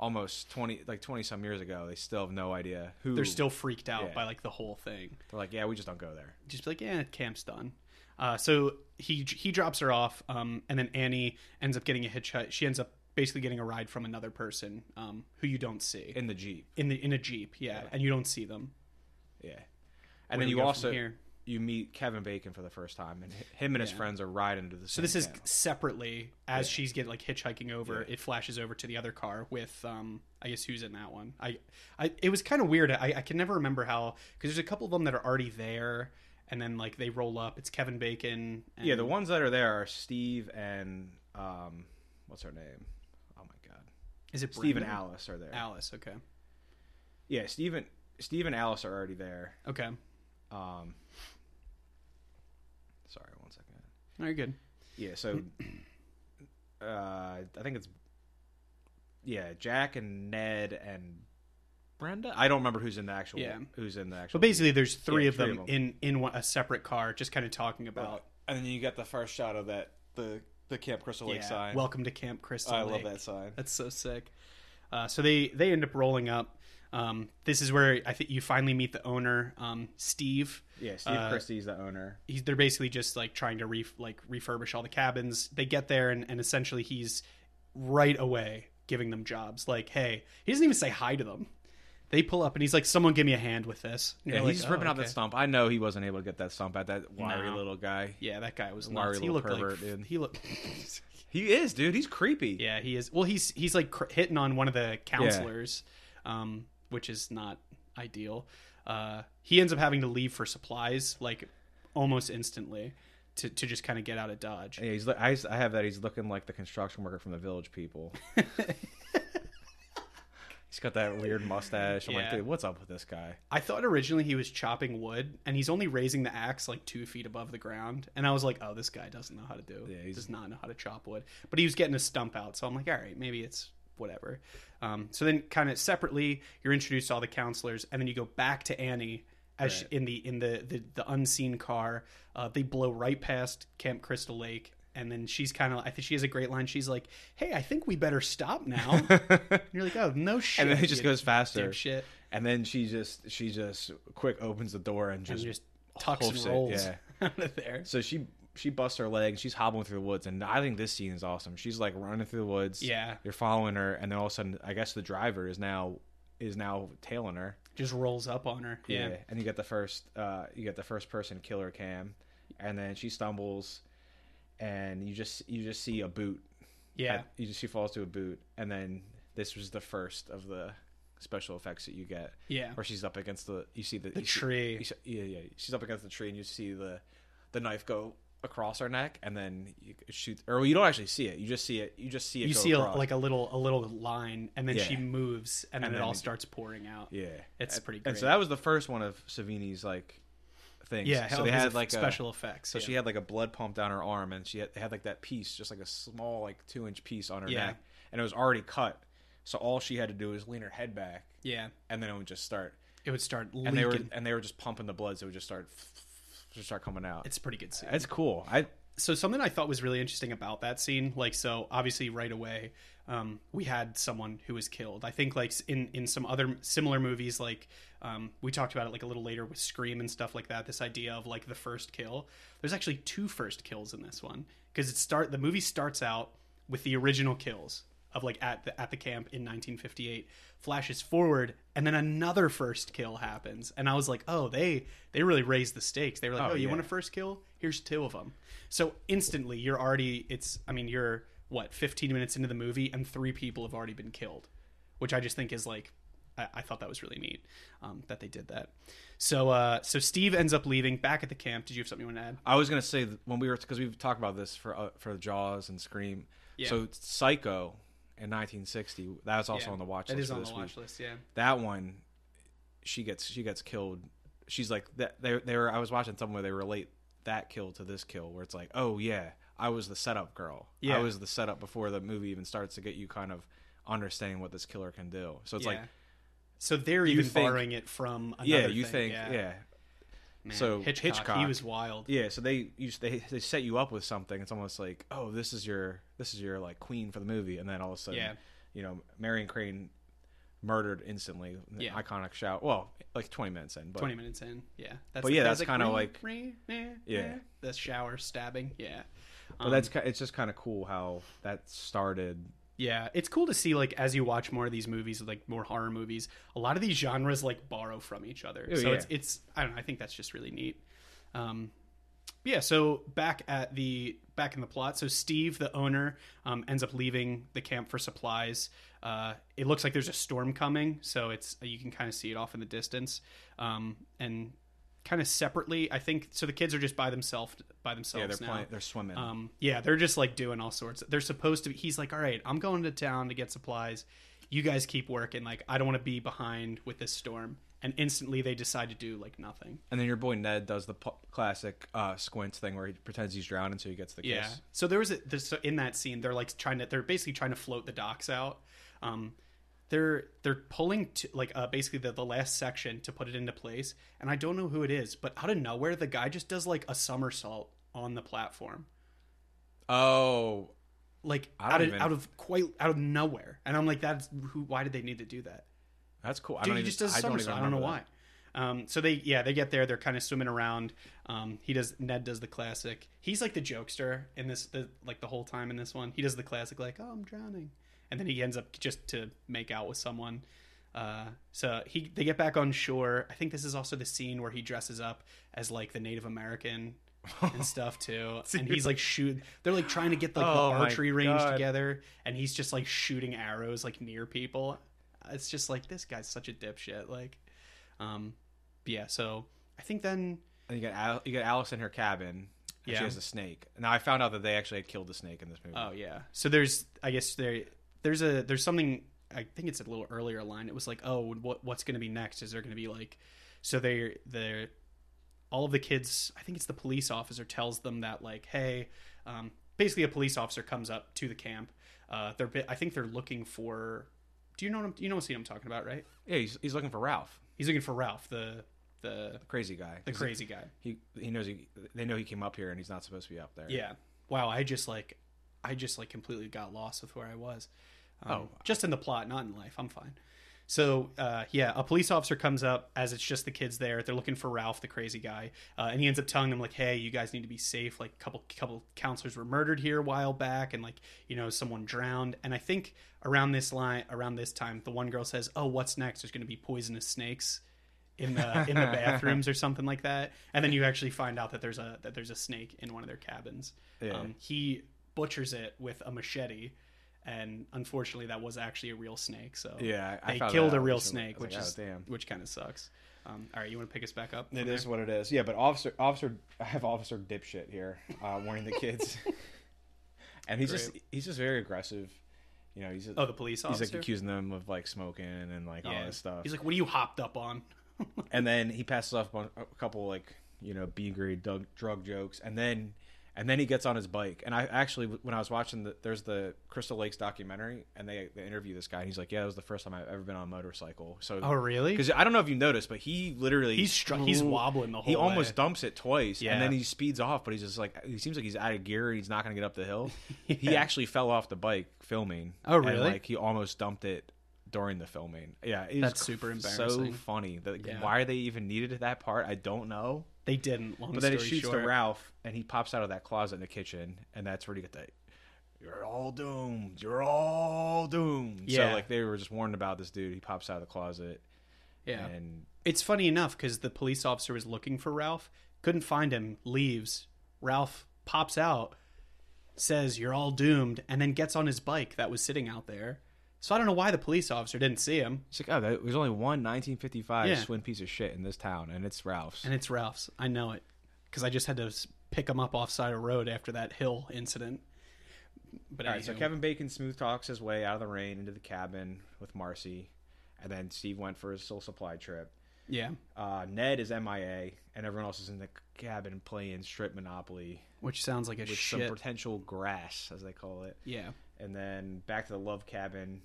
[SPEAKER 2] almost 20, like 20 some years ago. They still have no idea who.
[SPEAKER 1] They're still freaked out
[SPEAKER 2] Yeah.
[SPEAKER 1] by like the whole thing.
[SPEAKER 2] They're like, yeah, we just don't go there.
[SPEAKER 1] just be like, yeah, camp's done. Uh, so he he drops her off, um, and then Annie ends up getting a hitchhike. She ends up basically getting a ride from another person um, who you don't see
[SPEAKER 2] In the jeep.
[SPEAKER 1] in the in a jeep, yeah, and you don't see them.
[SPEAKER 2] Yeah. And
[SPEAKER 1] Where
[SPEAKER 2] then
[SPEAKER 1] do we
[SPEAKER 2] you
[SPEAKER 1] go from
[SPEAKER 2] also
[SPEAKER 1] here?
[SPEAKER 2] you meet Kevin Bacon for the first time, and h- him and his
[SPEAKER 1] Yeah.
[SPEAKER 2] friends are riding to the.
[SPEAKER 1] So this is separately as she's getting like hitchhiking over.
[SPEAKER 2] Yeah.
[SPEAKER 1] It flashes over to the other car with um, I guess who's in that one. I, I it was kind of weird. I, I can never remember how because there's a couple of them that are already there, and then like they roll up. It's Kevin Bacon. And,
[SPEAKER 2] Yeah, the ones that are there are Steve and um, what's her name? Oh my god,
[SPEAKER 1] is it
[SPEAKER 2] Steve and
[SPEAKER 1] Brenda?
[SPEAKER 2] Alice are there.
[SPEAKER 1] Alice. Okay.
[SPEAKER 2] yeah, Steve and Steve and Alice are already there.
[SPEAKER 1] Okay.
[SPEAKER 2] Um, sorry, one second.
[SPEAKER 1] Very good.
[SPEAKER 2] Yeah, so uh, I think it's yeah, Jack and Ned and Brenda. I don't remember who's in the actual.
[SPEAKER 1] Yeah.
[SPEAKER 2] who's in the actual.
[SPEAKER 1] But basically, there's three,
[SPEAKER 2] Yeah,
[SPEAKER 1] of,
[SPEAKER 2] three
[SPEAKER 1] them
[SPEAKER 2] of them.
[SPEAKER 1] in in one, a separate car, just kind of talking about
[SPEAKER 2] and then you got the first shot of that the the Camp Crystal
[SPEAKER 1] yeah, welcome to Camp Crystal. Lake.
[SPEAKER 2] sign.
[SPEAKER 1] Uh, That's so sick. Uh, so they they end up rolling up. Um, this is where I think you finally meet the owner, um, Steve.
[SPEAKER 2] Yeah, Steve
[SPEAKER 1] Uh,
[SPEAKER 2] Christie's the owner.
[SPEAKER 1] He's they're basically just like trying to re- like refurbish all the cabins. They get there and, and essentially he's right away giving them jobs. Like, hey, he doesn't even say hi to them. They pull up and he's like, "Someone give me a hand with this." And
[SPEAKER 2] Yeah,
[SPEAKER 1] you're like,
[SPEAKER 2] he's
[SPEAKER 1] "Oh,
[SPEAKER 2] ripping out that
[SPEAKER 1] okay."
[SPEAKER 2] stump. I know he wasn't able to get that stump out that wiry
[SPEAKER 1] No.
[SPEAKER 2] little guy.
[SPEAKER 1] Yeah, that guy was
[SPEAKER 2] Wiry
[SPEAKER 1] nuts. He
[SPEAKER 2] little
[SPEAKER 1] looked
[SPEAKER 2] pervert,
[SPEAKER 1] like
[SPEAKER 2] dude.
[SPEAKER 1] he looked.
[SPEAKER 2] He is, dude. He's creepy.
[SPEAKER 1] yeah, he is. Well, he's he's like cr- hitting on one of the counselors, um, which is not ideal. Uh, he ends up having to leave for supplies like almost instantly to to just kind of get out of dodge.
[SPEAKER 2] Yeah, he's. li- I, I have that. He's looking like the construction worker from the Village People. he's got that weird mustache. I'm like,
[SPEAKER 1] Yeah.
[SPEAKER 2] dude, what's up with this guy?
[SPEAKER 1] I thought originally he was chopping wood, and he's only raising the axe like two feet above the ground. And I was like, "Oh, this guy doesn't know how to do.
[SPEAKER 2] Yeah, he's-
[SPEAKER 1] does not know how to chop wood." But he was getting a stump out, so I'm like, "All right, maybe it's whatever." Um, so then, kind of separately, you're introduced to all the counselors, and then you go back to Annie as she-
[SPEAKER 2] Right.
[SPEAKER 1] in the in the the, the unseen car. Uh, they blow right past Camp Crystal Lake, and then she's kind of. I think she has a great line. She's like, "Hey, I think we better stop now." and
[SPEAKER 2] and
[SPEAKER 1] you're like, "Oh, no shit."
[SPEAKER 2] then he just
[SPEAKER 1] you
[SPEAKER 2] goes faster.
[SPEAKER 1] Um, dipshit,
[SPEAKER 2] And then she just she just quick opens the door and
[SPEAKER 1] and
[SPEAKER 2] just,
[SPEAKER 1] just tucks and
[SPEAKER 2] hoofs it,
[SPEAKER 1] rolls
[SPEAKER 2] yeah.
[SPEAKER 1] out of there.
[SPEAKER 2] so she she busts her leg and she's hobbling through the woods and I think this scene is awesome. She's like running through the woods.
[SPEAKER 1] Yeah,
[SPEAKER 2] You're following her and then all of a sudden I guess the driver is now is now tailing her.
[SPEAKER 1] just rolls up on her. Yeah.
[SPEAKER 2] And you get the first uh you get the first person killer cam and then she stumbles and you just you just see a boot.
[SPEAKER 1] Yeah.
[SPEAKER 2] You just she falls to a boot and then this was the first of the special effects that you get
[SPEAKER 1] Yeah.
[SPEAKER 2] where she's up against the you see the,
[SPEAKER 1] The
[SPEAKER 2] you see-
[SPEAKER 1] tree.
[SPEAKER 2] you see- yeah, yeah. She's up against the tree, and you see the the knife go across her neck, and then you shoot. Or you don't actually see it. You just see it. You just see it.
[SPEAKER 1] You
[SPEAKER 2] go
[SPEAKER 1] see a,
[SPEAKER 2] across.
[SPEAKER 1] like a little a little line and then
[SPEAKER 2] Yeah.
[SPEAKER 1] she moves and then
[SPEAKER 2] And
[SPEAKER 1] it
[SPEAKER 2] then
[SPEAKER 1] all
[SPEAKER 2] it-
[SPEAKER 1] starts pouring out.
[SPEAKER 2] yeah.
[SPEAKER 1] It's
[SPEAKER 2] And-
[SPEAKER 1] pretty
[SPEAKER 2] And so
[SPEAKER 1] great.
[SPEAKER 2] that was the first one of Savini's like things.
[SPEAKER 1] Yeah,
[SPEAKER 2] So they had like special.
[SPEAKER 1] special effects.
[SPEAKER 2] so
[SPEAKER 1] yeah.
[SPEAKER 2] she had like a blood pump down her arm, and she had, they had like that piece, just like a small like two inch piece on her
[SPEAKER 1] Yeah.
[SPEAKER 2] neck, and it was already cut. So all she had to do was lean her head back,
[SPEAKER 1] yeah.
[SPEAKER 2] and then it would just start.
[SPEAKER 1] It would start leaking.
[SPEAKER 2] And they were and they were just pumping the blood, so it would just start just start coming out.
[SPEAKER 1] It's a pretty good scene.
[SPEAKER 2] That's cool. I
[SPEAKER 1] so something I thought was really interesting about that scene, like so obviously right away, um, we had someone who was killed. I think like s- in in some other similar movies, like um, we talked about it like a little later with Scream and stuff like that. This idea of like the first kill. There's actually two first kills in this one because it start the movie starts out with the original kills of like at the at the camp in 1958 flashes forward and then another first kill happens and i was like oh they they really raised the stakes they were like
[SPEAKER 2] Oh,
[SPEAKER 1] oh, you
[SPEAKER 2] yeah.
[SPEAKER 1] want to first kill here's two of them so instantly you're already it's i mean you're what 15 minutes into the movie and three people have already been killed which i just think is like i, I thought that was really neat um, that they did that so uh so steve ends up leaving back at the camp did you have something you want to add
[SPEAKER 2] I was gonna say that when we were because we've talked about this for uh, for Jaws and Scream.
[SPEAKER 1] Yeah.
[SPEAKER 2] So Psycho in 1960 that was also
[SPEAKER 1] Yeah,
[SPEAKER 2] on the watch
[SPEAKER 1] that
[SPEAKER 2] list
[SPEAKER 1] is
[SPEAKER 2] for
[SPEAKER 1] on
[SPEAKER 2] this
[SPEAKER 1] the
[SPEAKER 2] week.
[SPEAKER 1] watch list yeah
[SPEAKER 2] That one, she gets she gets killed. She's like that. They they were. I was watching somewhere they relate that kill to this kill where it's like, oh yeah, I was the setup girl.
[SPEAKER 1] Yeah.
[SPEAKER 2] I was the setup before the movie even starts to get you kind of understanding what this killer can do. So it's like
[SPEAKER 1] Yeah. so they're
[SPEAKER 2] you
[SPEAKER 1] even
[SPEAKER 2] think-
[SPEAKER 1] borrowing it from another
[SPEAKER 2] yeah, you
[SPEAKER 1] thing,
[SPEAKER 2] think
[SPEAKER 1] yeah,
[SPEAKER 2] yeah.
[SPEAKER 1] Man,
[SPEAKER 2] so
[SPEAKER 1] Hitchcock, he
[SPEAKER 2] Hitchcock-
[SPEAKER 1] was wild
[SPEAKER 2] Yeah, so they you they they set you up with something. It's almost like, oh, this is your this is your like queen for the movie, and then all of a sudden,
[SPEAKER 1] Yeah.
[SPEAKER 2] you know, Marion Crane murdered instantly. An
[SPEAKER 1] Yeah.
[SPEAKER 2] iconic shout. Well, like twenty minutes in, but
[SPEAKER 1] 20 minutes in yeah that's
[SPEAKER 2] But yeah,
[SPEAKER 1] that was
[SPEAKER 2] that's kinda
[SPEAKER 1] "Ring,
[SPEAKER 2] like-
[SPEAKER 1] ring, eh,
[SPEAKER 2] Yeah.
[SPEAKER 1] eh," the shower stabbing yeah
[SPEAKER 2] but that's
[SPEAKER 1] Um,
[SPEAKER 2] ki- it's just kind of cool how that started.
[SPEAKER 1] Yeah, it's cool to see like as you watch more of these movies, like more horror movies, a lot of these genres like borrow from each other.
[SPEAKER 2] Oh,
[SPEAKER 1] so
[SPEAKER 2] yeah.
[SPEAKER 1] it's it's I don't know, I think that's just really neat. Um yeah, so back at the back in the plot, so Steve, the owner, um, ends up leaving the camp for supplies. Uh, it looks like there's a storm coming, so it's you can kind of see it off in the distance. Um, and kind of separately, I think so. The kids are just by themselves by themselves.
[SPEAKER 2] Yeah, they're
[SPEAKER 1] now.
[SPEAKER 2] playing, they're swimming.
[SPEAKER 1] Um, yeah, they're just like doing all sorts. They're supposed to. Be, he's like, all right, I'm going to town to get supplies. You guys keep working. Like, I don't want to be behind with this storm. And instantly, they decide to do like nothing.
[SPEAKER 2] and then your boy Ned does the pu- classic uh, squints thing where he pretends he's drowning, so he gets the kiss.
[SPEAKER 1] Yeah. So there was a there's, so in that scene, they're like trying to. They're basically trying to float the docks out. Um, they're they're pulling to, like uh, basically the, the last section to put it into place. And I don't know who it is, but out of nowhere, the guy just does like a somersault on the platform.
[SPEAKER 2] Oh,
[SPEAKER 1] like
[SPEAKER 2] I
[SPEAKER 1] out
[SPEAKER 2] don't
[SPEAKER 1] of
[SPEAKER 2] even-
[SPEAKER 1] out of quite out of nowhere and i'm like that's who why did they need to do that
[SPEAKER 2] That's cool. I
[SPEAKER 1] Dude,
[SPEAKER 2] don't
[SPEAKER 1] he
[SPEAKER 2] even,
[SPEAKER 1] just does a
[SPEAKER 2] I don't,
[SPEAKER 1] somersault.
[SPEAKER 2] even
[SPEAKER 1] I don't know
[SPEAKER 2] remember
[SPEAKER 1] why. Um, so they, yeah, they get there. They're kind of swimming around. Um, he does. Ned does the classic. He's like the jokester in this, the, like the whole time in this one. He does the classic, like, "Oh, I'm drowning," and then he ends up just to make out with someone. Uh, so he, they get back on shore. I think this is also the scene where he dresses up as like the Native American and stuff too. and he's like shoot. They're like trying to get like
[SPEAKER 2] Oh,
[SPEAKER 1] the
[SPEAKER 2] my
[SPEAKER 1] archery range
[SPEAKER 2] God.
[SPEAKER 1] together, and he's just like shooting arrows like near people. It's just like this guy's such a dipshit. Like, um, yeah. So I think then
[SPEAKER 2] that. And you got Al- you got Alice in her cabin. and
[SPEAKER 1] Yeah.
[SPEAKER 2] She has a snake. Now I found out that they actually had killed the snake in this movie.
[SPEAKER 1] Oh yeah. So there's I guess there there's a there's something I think it's a little earlier line. It was like, oh, what what's going to be next? Is there going to be like so they they all of the kids, I think it's the police officer tells them that like, hey, um, basically a police officer comes up to the camp. Uh, they're bi- I think they're looking for Do you know what I'm, you know what scene I'm talking about, right?
[SPEAKER 2] Yeah, he's, he's looking for Ralph,
[SPEAKER 1] He's looking for Ralph, the the
[SPEAKER 2] the crazy guy.
[SPEAKER 1] the
[SPEAKER 2] 'Cause he-
[SPEAKER 1] crazy guy.
[SPEAKER 2] He he knows he they know he came up here and he's not supposed to be up there.
[SPEAKER 1] Yeah. Wow, I just like I just like completely got lost with where I was. Um,
[SPEAKER 2] Oh.
[SPEAKER 1] just in the plot, not in life. I'm fine. So, uh, yeah, a police officer comes up as it's just the kids there. They're looking for Ralph, the crazy guy, uh, and he ends up telling them like, "Hey, you guys need to be safe. Like, a couple couple counselors were murdered here a while back, and like, you know, someone drowned." And I think around this line, around this time, the one girl says, "Oh, what's next? There's going to be poisonous snakes." in the in the bathrooms or something like that. And then you actually find out that there's a that there's a snake in one of their cabins.
[SPEAKER 2] Yeah.
[SPEAKER 1] Um, he butchers it with a machete, and unfortunately, that was actually a real snake. So
[SPEAKER 2] Yeah, I- I
[SPEAKER 1] they
[SPEAKER 2] found
[SPEAKER 1] killed
[SPEAKER 2] that
[SPEAKER 1] a
[SPEAKER 2] out
[SPEAKER 1] real
[SPEAKER 2] recently.
[SPEAKER 1] snake,
[SPEAKER 2] I was
[SPEAKER 1] which
[SPEAKER 2] like,
[SPEAKER 1] is
[SPEAKER 2] "Oh, damn."
[SPEAKER 1] which kind of sucks. Um, all right, you want to pick us back up?
[SPEAKER 2] It
[SPEAKER 1] from
[SPEAKER 2] is
[SPEAKER 1] there?
[SPEAKER 2] what it is. Yeah, but officer, officer, I have officer dipshit here, uh, warning the kids, and he's just he's just very aggressive. You know, he's just,
[SPEAKER 1] Oh, the police
[SPEAKER 2] he's
[SPEAKER 1] officer.
[SPEAKER 2] like accusing them of like smoking and like all
[SPEAKER 1] yeah.
[SPEAKER 2] this stuff.
[SPEAKER 1] He's like, "What are you hopped up on?"
[SPEAKER 2] and then he passes off on a couple like you know B grade drug, drug jokes, and then and then he gets on his bike. And I actually when I was watching the there's the Crystal Lakes documentary, and they they interview this guy, and he's like, yeah, that was the first time I've ever been on a motorcycle. So
[SPEAKER 1] oh, really?
[SPEAKER 2] because I don't know if you noticed, but he literally
[SPEAKER 1] He's str- he's wobbling the whole.
[SPEAKER 2] he almost
[SPEAKER 1] way.
[SPEAKER 2] dumps it twice
[SPEAKER 1] Yeah.
[SPEAKER 2] and then he speeds off but he's just like he seems like he's out of gear and he's not going to get up the hill he
[SPEAKER 1] Yeah.
[SPEAKER 2] actually fell off the bike filming
[SPEAKER 1] Oh,
[SPEAKER 2] and,
[SPEAKER 1] really?
[SPEAKER 2] like he almost dumped it during the filming yeah it was
[SPEAKER 1] That's super
[SPEAKER 2] cr- so
[SPEAKER 1] embarrassing.
[SPEAKER 2] funny That-
[SPEAKER 1] Yeah.
[SPEAKER 2] why they even needed that part i don't know
[SPEAKER 1] They didn't. Long
[SPEAKER 2] but then it
[SPEAKER 1] story
[SPEAKER 2] shoots
[SPEAKER 1] short.
[SPEAKER 2] to ralph and he pops out of that closet in the kitchen and that's where you get that you're all doomed you're all doomed
[SPEAKER 1] Yeah.
[SPEAKER 2] so like they were just warned about this dude he pops out of the closet
[SPEAKER 1] Yeah.
[SPEAKER 2] and
[SPEAKER 1] It's funny enough because the police officer was looking for Ralph, couldn't find him, leaves. Ralph pops out, says, You're all doomed, and then gets on his bike that was sitting out there. So I don't know why the police officer didn't see him,
[SPEAKER 2] It's like, oh, there- there's only one 1955
[SPEAKER 1] Yeah.
[SPEAKER 2] Swin piece of shit in this town, and it's Ralph's.
[SPEAKER 1] and it's Ralph's. I know it because I just had to s- pick him up off side of road after that hill incident. But
[SPEAKER 2] All right, so
[SPEAKER 1] anywho,
[SPEAKER 2] Kevin Bacon smooth talks his way out of the rain into the cabin with Marcy, and then Steve went for his soul supply trip.
[SPEAKER 1] yeah,
[SPEAKER 2] Uh, Ned is MIA, and everyone else is in the cabin playing strip monopoly
[SPEAKER 1] which sounds like a
[SPEAKER 2] with
[SPEAKER 1] shit.
[SPEAKER 2] some potential grass, as they call it.
[SPEAKER 1] yeah,
[SPEAKER 2] And then back to the love cabin,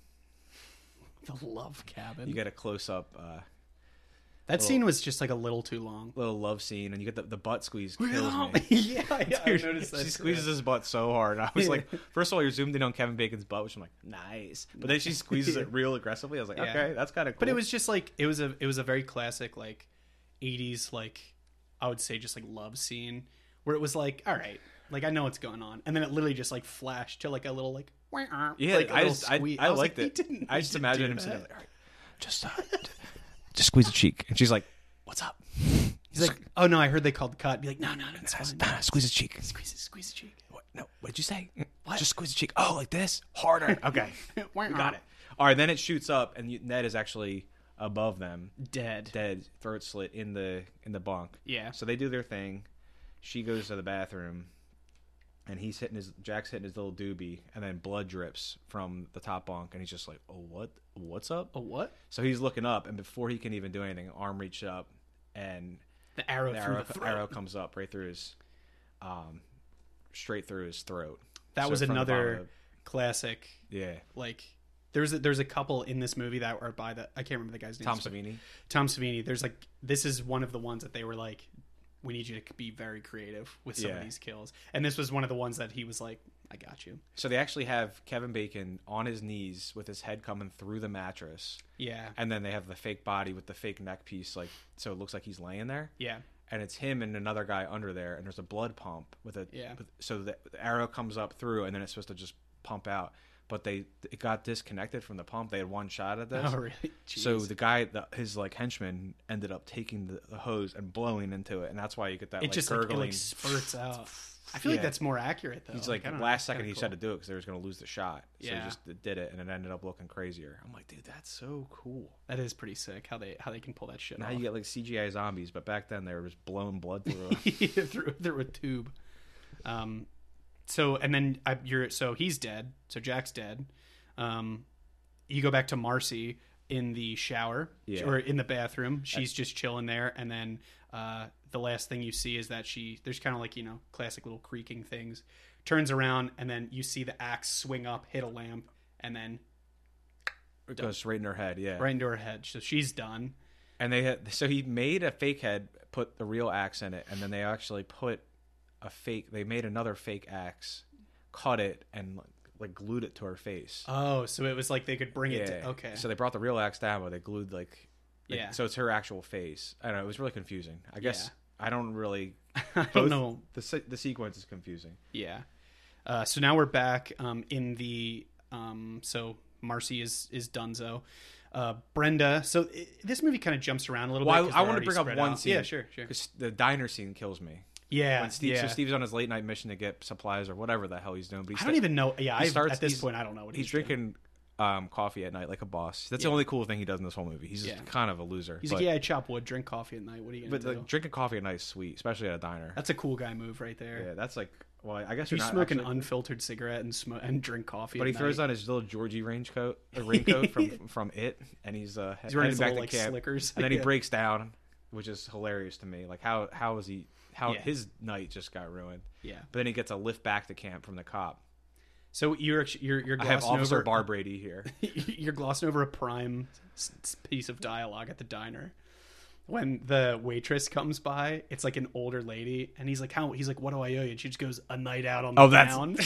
[SPEAKER 1] the love cabin.
[SPEAKER 2] you get a close up uh,
[SPEAKER 1] that scene was just like a little too long.
[SPEAKER 2] little love scene, and you get the, the butt squeeze. Kills me.
[SPEAKER 1] yeah, yeah, I
[SPEAKER 2] Dude,
[SPEAKER 1] noticed that.
[SPEAKER 2] She
[SPEAKER 1] too.
[SPEAKER 2] squeezes his butt so hard. I was
[SPEAKER 1] Yeah.
[SPEAKER 2] like, first of all, you're zoomed in on Kevin Bacon's butt, which I'm like, nice. But then she squeezes it real aggressively. I was like,
[SPEAKER 1] Yeah.
[SPEAKER 2] okay, that's kind of cool.
[SPEAKER 1] But it was just like it was a it was a very classic like 80s like I would say just like love scene where it was like all right like I know what's going on and then it literally just like flashed to like a little like wah-ah,
[SPEAKER 2] yeah.
[SPEAKER 1] like a
[SPEAKER 2] I
[SPEAKER 1] little
[SPEAKER 2] just, I,
[SPEAKER 1] squeak.
[SPEAKER 2] I
[SPEAKER 1] was
[SPEAKER 2] liked
[SPEAKER 1] like,
[SPEAKER 2] it.
[SPEAKER 1] "He didn't
[SPEAKER 2] I
[SPEAKER 1] need
[SPEAKER 2] just
[SPEAKER 1] to
[SPEAKER 2] imagined
[SPEAKER 1] do
[SPEAKER 2] him sitting
[SPEAKER 1] that."
[SPEAKER 2] there, like, just, uh, just squeeze the cheek, and she's like,
[SPEAKER 1] What's up? He's like, oh no, I heard they called cut. Be like, no, no, no, it's fine.
[SPEAKER 2] nah, squeeze the cheek.
[SPEAKER 1] Squeeze, it, squeeze the cheek.
[SPEAKER 2] What? No, what did you say? What? Just squeeze the cheek. Oh, like this, harder. Okay,
[SPEAKER 1] Wah-ah.
[SPEAKER 2] got it. All right, then it shoots up, and you, Ned is actually above them,
[SPEAKER 1] Dead.
[SPEAKER 2] dead, throat slit in the in the bunk.
[SPEAKER 1] Yeah.
[SPEAKER 2] So they do their thing. She goes to the bathroom, and he's hitting his Jack's hitting his little doobie, and then blood drips from the top bunk, and he's just like, "Oh, what? What's up?"
[SPEAKER 1] A what?
[SPEAKER 2] So he's looking up, and before he can even do anything, arm reaches up, and
[SPEAKER 1] The arrow
[SPEAKER 2] the
[SPEAKER 1] through
[SPEAKER 2] arrow,
[SPEAKER 1] the throat.
[SPEAKER 2] arrow comes up right through his, um, straight through his throat.
[SPEAKER 1] That
[SPEAKER 2] So
[SPEAKER 1] was
[SPEAKER 2] from the bottom
[SPEAKER 1] another
[SPEAKER 2] of-
[SPEAKER 1] classic.
[SPEAKER 2] yeah.
[SPEAKER 1] Like, there's a, there's a couple in this movie that are by the I can't remember the guy's name.
[SPEAKER 2] Tom Savini.
[SPEAKER 1] Tom Savini, there's like this is one of the ones that they were like, we need you to be very creative with some
[SPEAKER 2] Yeah.
[SPEAKER 1] of these kills, and this was one of the ones that he was like, I got you.
[SPEAKER 2] So they actually have Kevin Bacon on his knees with his head coming through the mattress,
[SPEAKER 1] Yeah,
[SPEAKER 2] and then they have the fake body with the fake neck piece, like so it looks like he's laying there,
[SPEAKER 1] yeah,
[SPEAKER 2] and it's him and another guy under there, and there's a blood pump with a
[SPEAKER 1] Yeah.
[SPEAKER 2] with- so the, the arrow comes up through, and then it's supposed to just pump out, but they it got disconnected from the pump. They had one shot at this,
[SPEAKER 1] oh really?
[SPEAKER 2] so
[SPEAKER 1] Jeez.
[SPEAKER 2] the guy, the, his like henchman, ended up taking the, the hose and blowing into it, and that's why you get that
[SPEAKER 1] it
[SPEAKER 2] like
[SPEAKER 1] just like, it,
[SPEAKER 2] gurgling.
[SPEAKER 1] like spurts out. I feel
[SPEAKER 2] Yeah.
[SPEAKER 1] like that's more accurate though.
[SPEAKER 2] He's like,
[SPEAKER 1] I don't know,
[SPEAKER 2] last
[SPEAKER 1] it's
[SPEAKER 2] second
[SPEAKER 1] kinda
[SPEAKER 2] he
[SPEAKER 1] cool.
[SPEAKER 2] said to do it because they was going to lose the shot. So
[SPEAKER 1] Yeah.
[SPEAKER 2] he just did it, and it ended up looking crazier. I'm like, dude, that's so cool.
[SPEAKER 1] that is pretty sick how they how they can pull that shit
[SPEAKER 2] Now
[SPEAKER 1] off.
[SPEAKER 2] you get like CGI zombies, but back then they were just blowing blood through. 'em.
[SPEAKER 1] through through a tube. Um, so and then I, you're so he's dead. So Jack's dead. Um, you go back to Marcy in the shower
[SPEAKER 2] Yeah.
[SPEAKER 1] or in the bathroom. She's just chilling there, and then uh, the last thing you see is that she there's kind of like you know classic little creaking things. Turns around and then you see the axe swing up, hit a lamp, and then
[SPEAKER 2] it goes straight in her head, yeah.
[SPEAKER 1] right into her head. So she's done.
[SPEAKER 2] And they had, so he made a fake head, put the real axe in it, and then they actually put a fake. They made another fake axe, cut it, and like, like glued it to her face.
[SPEAKER 1] Oh, so it was like they could bring it. To, okay.
[SPEAKER 2] So they brought the real axe down, but they glued like, like-
[SPEAKER 1] Yeah.
[SPEAKER 2] So it's her actual face. I don't know. It was really confusing. I guess I don't really.
[SPEAKER 1] I
[SPEAKER 2] both-
[SPEAKER 1] don't know.
[SPEAKER 2] The se- the sequence is confusing.
[SPEAKER 1] Yeah. Uh, so now we're back um, in the um, so Marcy is is Dunzo. Uh, Brenda. So i this movie kind of jumps around a little
[SPEAKER 2] Well,
[SPEAKER 1] bit. 'cause
[SPEAKER 2] I, I
[SPEAKER 1] they're
[SPEAKER 2] want
[SPEAKER 1] already
[SPEAKER 2] to bring up
[SPEAKER 1] spread
[SPEAKER 2] one
[SPEAKER 1] out.
[SPEAKER 2] scene.
[SPEAKER 1] Yeah, sure, sure.
[SPEAKER 2] Because the diner scene kills me.
[SPEAKER 1] Yeah,
[SPEAKER 2] When Steve,
[SPEAKER 1] yeah.
[SPEAKER 2] So Steve's on his late night mission to get supplies or whatever the hell he's doing. But he's
[SPEAKER 1] I don't
[SPEAKER 2] sta-
[SPEAKER 1] even know. Yeah, I
[SPEAKER 2] starts-
[SPEAKER 1] at this
[SPEAKER 2] he's-
[SPEAKER 1] point I don't know what
[SPEAKER 2] He's,
[SPEAKER 1] he's, doing.
[SPEAKER 2] drinking um, coffee at night like a boss. That's the only cool thing he does in this whole movie. He's just
[SPEAKER 1] Yeah.
[SPEAKER 2] kind of a loser.
[SPEAKER 1] He's
[SPEAKER 2] but,
[SPEAKER 1] like, yeah, I chop wood, drink coffee at night. What are you gonna
[SPEAKER 2] But
[SPEAKER 1] do?
[SPEAKER 2] like, drinking coffee at night is sweet, especially at a diner.
[SPEAKER 1] That's a cool guy move right there.
[SPEAKER 2] yeah, that's like. Well, I guess
[SPEAKER 1] You
[SPEAKER 2] you're not
[SPEAKER 1] smoke an
[SPEAKER 2] actually-
[SPEAKER 1] unfiltered cigarette and smoke and drink coffee.
[SPEAKER 2] But
[SPEAKER 1] at
[SPEAKER 2] he throws
[SPEAKER 1] night.
[SPEAKER 2] on his little Georgie raincoat, uh, raincoat from from it, and he's uh,
[SPEAKER 1] He's wearing
[SPEAKER 2] headed
[SPEAKER 1] his
[SPEAKER 2] back
[SPEAKER 1] little,
[SPEAKER 2] to
[SPEAKER 1] like
[SPEAKER 2] camp.
[SPEAKER 1] slickers,
[SPEAKER 2] And then he
[SPEAKER 1] Yeah.
[SPEAKER 2] breaks down, which is hilarious to me. Like how how is he how
[SPEAKER 1] Yeah.
[SPEAKER 2] his night just got ruined.
[SPEAKER 1] Yeah.
[SPEAKER 2] But then he gets a lift back to camp from the cop.
[SPEAKER 1] So you're actu- you're you're
[SPEAKER 2] I have
[SPEAKER 1] glossing
[SPEAKER 2] Officer
[SPEAKER 1] over
[SPEAKER 2] Bar Brady here.
[SPEAKER 1] you're glossing over a prime s- s- piece of dialogue at the diner when the waitress comes by it's like an older lady and he's like how he's like what do i owe you and she just goes a night out on the
[SPEAKER 2] Oh, that's-
[SPEAKER 1] town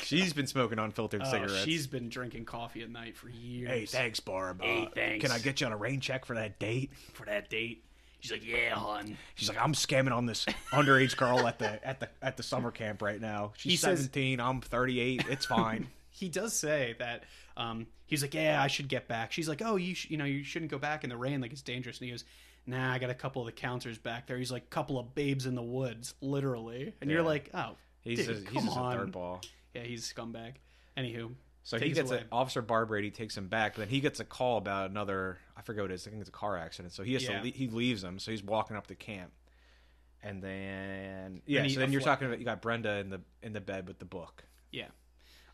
[SPEAKER 2] She's been smoking unfiltered
[SPEAKER 1] Oh,
[SPEAKER 2] cigarettes.
[SPEAKER 1] she's been drinking coffee at night for years
[SPEAKER 2] hey, thanks, Barb.
[SPEAKER 3] Hey,
[SPEAKER 2] Uh,
[SPEAKER 3] thanks.
[SPEAKER 2] Can I get you on a rain check for that date?
[SPEAKER 3] for that date. She's like, yeah, hon.
[SPEAKER 2] She's like, I'm scamming on this underage girl at the at the at the summer camp right now. She's
[SPEAKER 1] He says-
[SPEAKER 2] 17. I'm 38. It's fine.
[SPEAKER 1] he does say that um, he's like, yeah, I should get back. She's like, oh, you sh- you know you shouldn't go back in the rain, like it's dangerous. And he goes, nah, I got a couple of the counters back there. He's like, couple of babes in the woods, literally. And you're
[SPEAKER 2] Yeah.
[SPEAKER 1] like, oh,
[SPEAKER 2] He's
[SPEAKER 1] dude,
[SPEAKER 2] just,
[SPEAKER 1] come
[SPEAKER 2] he's just
[SPEAKER 1] on.
[SPEAKER 2] a third ball.
[SPEAKER 1] Yeah, he's a scumbag. Anywho,
[SPEAKER 2] So
[SPEAKER 1] Takes
[SPEAKER 2] he gets
[SPEAKER 1] away.
[SPEAKER 2] a, Officer Bar Brady takes him back, but then he gets a call about another. I forget what it is. I think it's a car accident. So he has
[SPEAKER 1] Yeah.
[SPEAKER 2] to le- he leaves him. So he's walking up to camp, and then yeah.
[SPEAKER 1] he-
[SPEAKER 2] so then you're
[SPEAKER 1] afla-
[SPEAKER 2] talking about you got Brenda in the in the bed with the book.
[SPEAKER 1] yeah.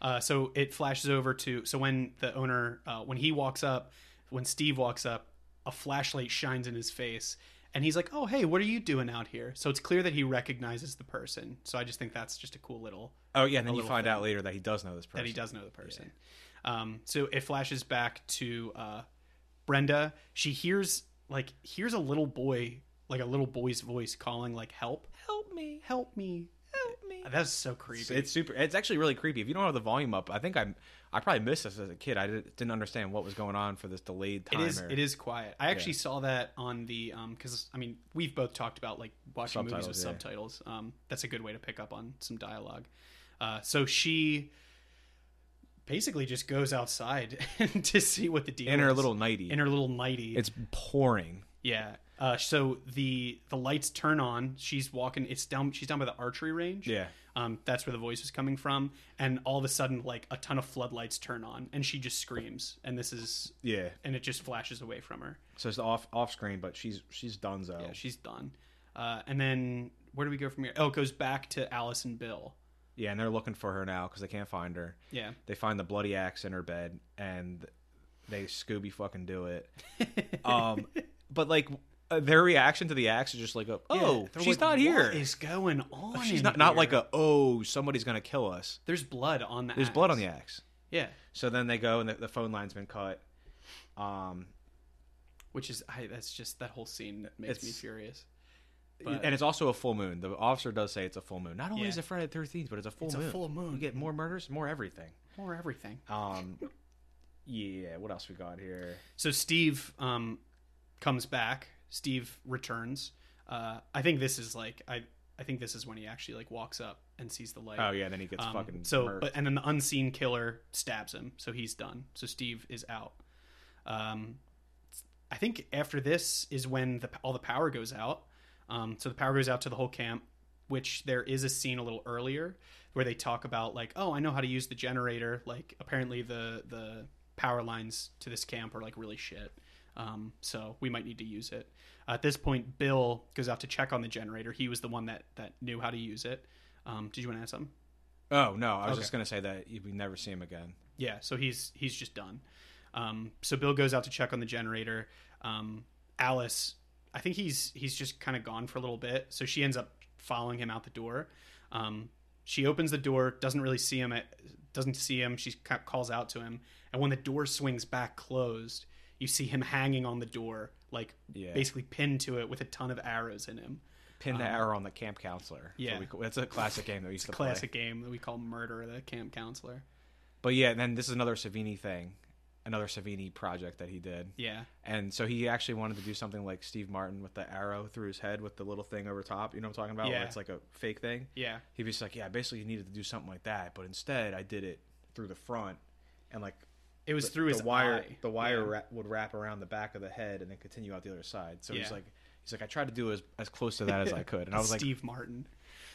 [SPEAKER 1] Uh, so it flashes over to so when the owner uh, when he walks up, when Steve walks up, a flashlight shines in his face, and he's like, "Oh hey, what are you doing out here?" So it's clear that he recognizes the person. So I just think that's just a cool little
[SPEAKER 2] Oh yeah, and then you
[SPEAKER 1] little
[SPEAKER 2] find out later that he does know this person.
[SPEAKER 1] that he does know the person. Um, so it flashes back to uh, Brenda. She hears like hears a little boy, like a little boy's voice calling like, "Help! Help me! Help me! Help me!" That's so creepy.
[SPEAKER 2] It's, it's super. It's actually really creepy. If you don't have the volume up, I think I I probably missed this as a kid. I didn't, didn't understand what was going on for this delayed
[SPEAKER 1] It
[SPEAKER 2] timer.
[SPEAKER 1] is. It is quiet. I actually saw that on the um because I mean we've both talked about like watching movies with
[SPEAKER 2] Subtitles,
[SPEAKER 1] subtitles.
[SPEAKER 2] yeah.
[SPEAKER 1] Um, that's a good way to pick up on some dialogue. Uh, so she basically just goes outside to see what the deal
[SPEAKER 2] in her
[SPEAKER 1] is.
[SPEAKER 2] little nighty.
[SPEAKER 1] in her little nighty.
[SPEAKER 2] it's pouring.
[SPEAKER 1] yeah. Uh, so the the lights turn on. She's walking. It's down. She's down by the archery range.
[SPEAKER 2] Yeah.
[SPEAKER 1] Um, that's where the voice was coming from. And all of a sudden, like a ton of floodlights turn on, and she just screams. And this is
[SPEAKER 2] Yeah.
[SPEAKER 1] and it just flashes away from her.
[SPEAKER 2] So it's off off screen, but she's she's Dunzo.
[SPEAKER 1] Yeah, she's done. Uh, and then where do we go from here? Oh, it goes back to Alice and Bill.
[SPEAKER 2] Yeah, and they're looking for her now because they can't find her.
[SPEAKER 1] Yeah.
[SPEAKER 2] They find the bloody axe in her bed, and they Scooby fucking do it. um, but like uh, their reaction to the axe is just like, a, "Oh,
[SPEAKER 1] They're
[SPEAKER 2] she's
[SPEAKER 1] like,
[SPEAKER 2] not here. Oh,
[SPEAKER 1] What is going on?
[SPEAKER 2] she's
[SPEAKER 1] in
[SPEAKER 2] not not
[SPEAKER 1] here?"
[SPEAKER 2] like a oh, somebody's gonna kill us."
[SPEAKER 1] There's blood on the.
[SPEAKER 2] There's blood on the axe.
[SPEAKER 1] Yeah,
[SPEAKER 2] So then they go, and the, the phone line's been cut. Um,
[SPEAKER 1] which is I, that's just that whole scene makes me
[SPEAKER 2] It's-
[SPEAKER 1] furious. But-
[SPEAKER 2] and it's also a full moon. The officer does say it's a full moon. Not only
[SPEAKER 1] Yeah.
[SPEAKER 2] is it Friday the Thirteenth, but it's a full
[SPEAKER 1] It's a
[SPEAKER 2] moon.
[SPEAKER 1] full moon.
[SPEAKER 2] You get more murders, more everything.
[SPEAKER 1] Or everything.
[SPEAKER 2] Um, yeah. What else we got here?
[SPEAKER 1] So Steve um, comes back. Steve returns. Uh, I think this is like I. I think this is when he actually like walks up and sees the light.
[SPEAKER 2] Oh yeah. Then he gets
[SPEAKER 1] Um,
[SPEAKER 2] fucking
[SPEAKER 1] so,
[SPEAKER 2] murked.
[SPEAKER 1] but and then the unseen killer stabs him, so he's done. So Steve is out. Um, I think after this is when the all the power goes out. Um, so the power goes out to the whole camp, which there is a scene a little earlier where they talk about like, oh, I know how to use the generator. Like apparently the the power lines to this camp are like really shit. Um, so we might need to use it. At this point, Bill goes out to check on the generator. He was the one that that knew how to use it. Um, did you want to add something?
[SPEAKER 2] oh no, I was
[SPEAKER 1] Okay.
[SPEAKER 2] just gonna say that we never see him again.
[SPEAKER 1] Yeah, so he's he's just done. Um, so Bill goes out to check on the generator. Um, Alice, I think he's he's just kind of gone for a little bit, so she ends up following him out the door. Um, she opens the door, doesn't really see him. At, doesn't see him. She ca- calls out to him, and when the door swings back closed, you see him hanging on the door, like
[SPEAKER 2] Yeah.
[SPEAKER 1] basically pinned to it with a ton of arrows in him.
[SPEAKER 2] Pin the arrow on the camp counselor. That's what
[SPEAKER 1] um, yeah.
[SPEAKER 2] we call- that's a classic game that we used to play.
[SPEAKER 1] Classic game that we call Murder the Camp Counselor.
[SPEAKER 2] But yeah, then this is another Savini thing, another Savini project that he did.
[SPEAKER 1] Yeah,
[SPEAKER 2] And so he actually wanted to do something like Steve Martin with the arrow through his head with the little thing over top. You know what I'm talking about? Where
[SPEAKER 1] Yeah.
[SPEAKER 2] it's like a fake thing.
[SPEAKER 1] yeah.
[SPEAKER 2] He was like, yeah, I basically needed to do something like that, but instead I did it through the front and like
[SPEAKER 1] It was
[SPEAKER 2] the,
[SPEAKER 1] through
[SPEAKER 2] the
[SPEAKER 1] his
[SPEAKER 2] wire.
[SPEAKER 1] eye.
[SPEAKER 2] The wire
[SPEAKER 1] Yeah.
[SPEAKER 2] ra- would wrap around the back of the head and then continue out the other side. So he's
[SPEAKER 1] Yeah.
[SPEAKER 2] like, he's like, I tried to do as as close to that as I could, and I was like,
[SPEAKER 1] Steve Martin.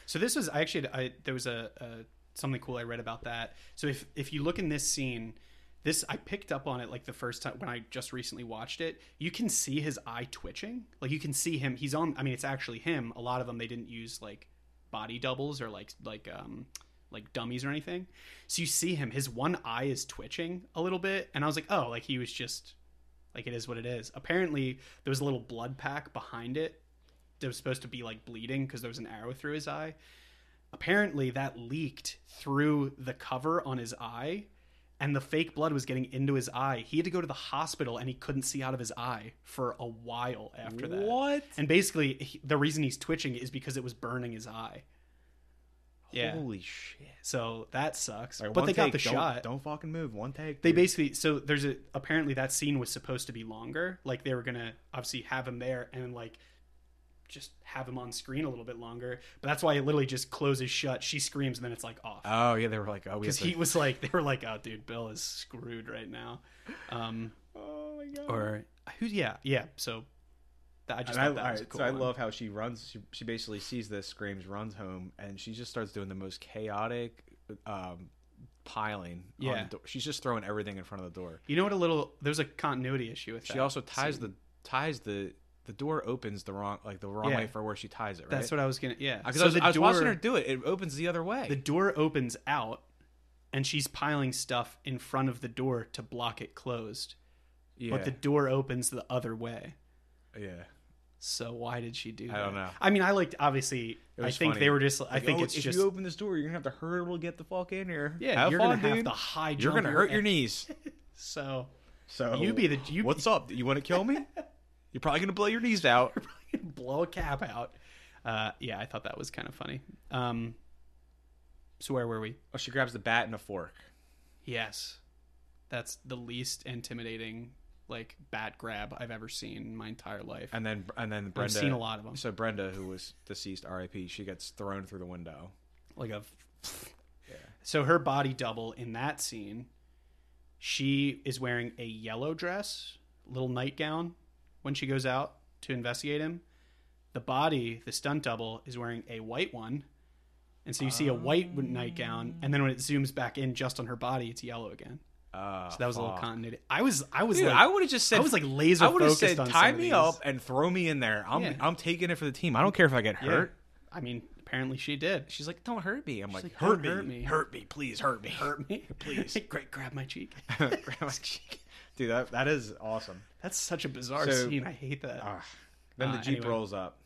[SPEAKER 1] So this was I actually I, there was a, a something cool I read about that. So if if you look in this scene, this I picked up on it like the first time when I just recently watched it. You can see his eye twitching. Like you can see him. He's on. I mean, it's actually him. A lot of them they didn't use like body doubles or like like um like dummies or anything. So you see him. His one eye is twitching a little bit, and I was like, oh, like he was just. Like it is what it is. Apparently, there was a little blood pack behind it that was supposed to be like bleeding because there was an arrow through his eye. Apparently, that leaked through the cover on his eye, and the fake blood was getting into his eye. He had to go to the hospital, and he couldn't see out of his eye for a while after that.
[SPEAKER 2] what?
[SPEAKER 1] And basically, he, the reason he's twitching is because it was burning his eye. Yeah.
[SPEAKER 2] Holy shit!
[SPEAKER 1] So that sucks.
[SPEAKER 2] Like,
[SPEAKER 1] but
[SPEAKER 2] one
[SPEAKER 1] they got
[SPEAKER 2] take,
[SPEAKER 1] the
[SPEAKER 2] don't-
[SPEAKER 1] shot.
[SPEAKER 2] Don't fucking move. One take.
[SPEAKER 1] They
[SPEAKER 2] dude.
[SPEAKER 1] basically so there's a apparently that scene was supposed to be longer. Like they were gonna obviously have him there and like just have him on screen a little bit longer. But that's why it literally just closes shut. She screams and then it's like off.
[SPEAKER 2] Oh yeah, they were like, oh, we have
[SPEAKER 1] Because
[SPEAKER 2] to
[SPEAKER 1] he was like, they were like, "Oh, dude, Bill is screwed right now." Um,
[SPEAKER 2] Oh my god!
[SPEAKER 1] or who's yeah, yeah. So that, I just
[SPEAKER 2] and I,
[SPEAKER 1] thought that was a
[SPEAKER 2] alright,
[SPEAKER 1] cool.
[SPEAKER 2] so I
[SPEAKER 1] one.
[SPEAKER 2] love how she runs. She, she basically sees this, screams, runs home, and she just starts doing the most chaotic um, piling.
[SPEAKER 1] Yeah.
[SPEAKER 2] on the door. she's just throwing everything in front of the door.
[SPEAKER 1] You know what? A little there's a continuity issue with that.
[SPEAKER 2] She also ties the ties the the door opens the wrong like the wrong
[SPEAKER 1] Yeah.
[SPEAKER 2] way for where she ties it. Right?
[SPEAKER 1] That's what I was gonna. Yeah.
[SPEAKER 2] because
[SPEAKER 1] So
[SPEAKER 2] I was,
[SPEAKER 1] the
[SPEAKER 2] I was
[SPEAKER 1] door-
[SPEAKER 2] watching her do it. It opens the other way.
[SPEAKER 1] The door opens out, and she's piling stuff in front of the door to block it closed.
[SPEAKER 2] yeah,
[SPEAKER 1] But the door opens the other way.
[SPEAKER 2] yeah.
[SPEAKER 1] So why did she do that?
[SPEAKER 2] I don't know.
[SPEAKER 1] I mean, I liked obviously.
[SPEAKER 2] It
[SPEAKER 1] I
[SPEAKER 2] was
[SPEAKER 1] think
[SPEAKER 2] funny.
[SPEAKER 1] they were just. I think
[SPEAKER 2] oh,
[SPEAKER 1] it's
[SPEAKER 2] if
[SPEAKER 1] just.
[SPEAKER 2] you open this door, you're gonna have to hurdle to get the fuck in here.
[SPEAKER 1] yeah,
[SPEAKER 2] Have
[SPEAKER 1] you're
[SPEAKER 2] fun,
[SPEAKER 1] gonna have
[SPEAKER 2] dude.
[SPEAKER 1] the high.
[SPEAKER 2] you're
[SPEAKER 1] jump
[SPEAKER 2] gonna hurt your
[SPEAKER 1] and-
[SPEAKER 2] knees.
[SPEAKER 1] So
[SPEAKER 2] So
[SPEAKER 1] You be the- you-
[SPEAKER 2] what's up? You want to kill me? You're probably gonna blow your knees out.
[SPEAKER 1] blow a cap out. Uh, yeah, I thought that was kind of funny. Um, so where were we?
[SPEAKER 2] Oh, she grabs the bat and a fork.
[SPEAKER 1] Yes, that's the least intimidating like bat grab I've ever seen in my entire life.
[SPEAKER 2] And then and then Brenda.
[SPEAKER 1] seen a lot of 'em.
[SPEAKER 2] So Brenda, who was deceased, R.I.P. She gets thrown through the window.
[SPEAKER 1] like a so her body double in that scene she is wearing a yellow dress little nightgown when she goes out to investigate him the body the stunt double is wearing a white one and so you see a white
[SPEAKER 2] Oh.
[SPEAKER 1] nightgown and then when it zooms back in just on her body it's yellow again
[SPEAKER 2] Uh,
[SPEAKER 1] so that was a little continuity i was i was
[SPEAKER 2] Dude,
[SPEAKER 1] like
[SPEAKER 2] I would have just said.
[SPEAKER 1] I was, like, laser
[SPEAKER 2] I would have
[SPEAKER 1] focused
[SPEAKER 2] said,
[SPEAKER 1] on some
[SPEAKER 2] tie
[SPEAKER 1] of
[SPEAKER 2] me
[SPEAKER 1] these."
[SPEAKER 2] up and throw me in there. I'm
[SPEAKER 1] Yeah.
[SPEAKER 2] I'm taking it for the team. I don't care if I get
[SPEAKER 1] yeah.
[SPEAKER 2] hurt.
[SPEAKER 1] i mean apparently she did
[SPEAKER 2] She's like, don't hurt me. I'm like,
[SPEAKER 1] like,
[SPEAKER 2] hurt,
[SPEAKER 1] "Don't hurt
[SPEAKER 2] me,
[SPEAKER 1] me."
[SPEAKER 2] hurt me, please, hurt me, hurt
[SPEAKER 1] me
[SPEAKER 2] please.
[SPEAKER 1] great grab my cheek
[SPEAKER 2] Dude, that that is awesome.
[SPEAKER 1] that's such a bizarre
[SPEAKER 2] So-
[SPEAKER 1] scene i hate that
[SPEAKER 2] Ah. Then the
[SPEAKER 1] Uh,
[SPEAKER 2] Jeep
[SPEAKER 1] anyway.
[SPEAKER 2] rolls up.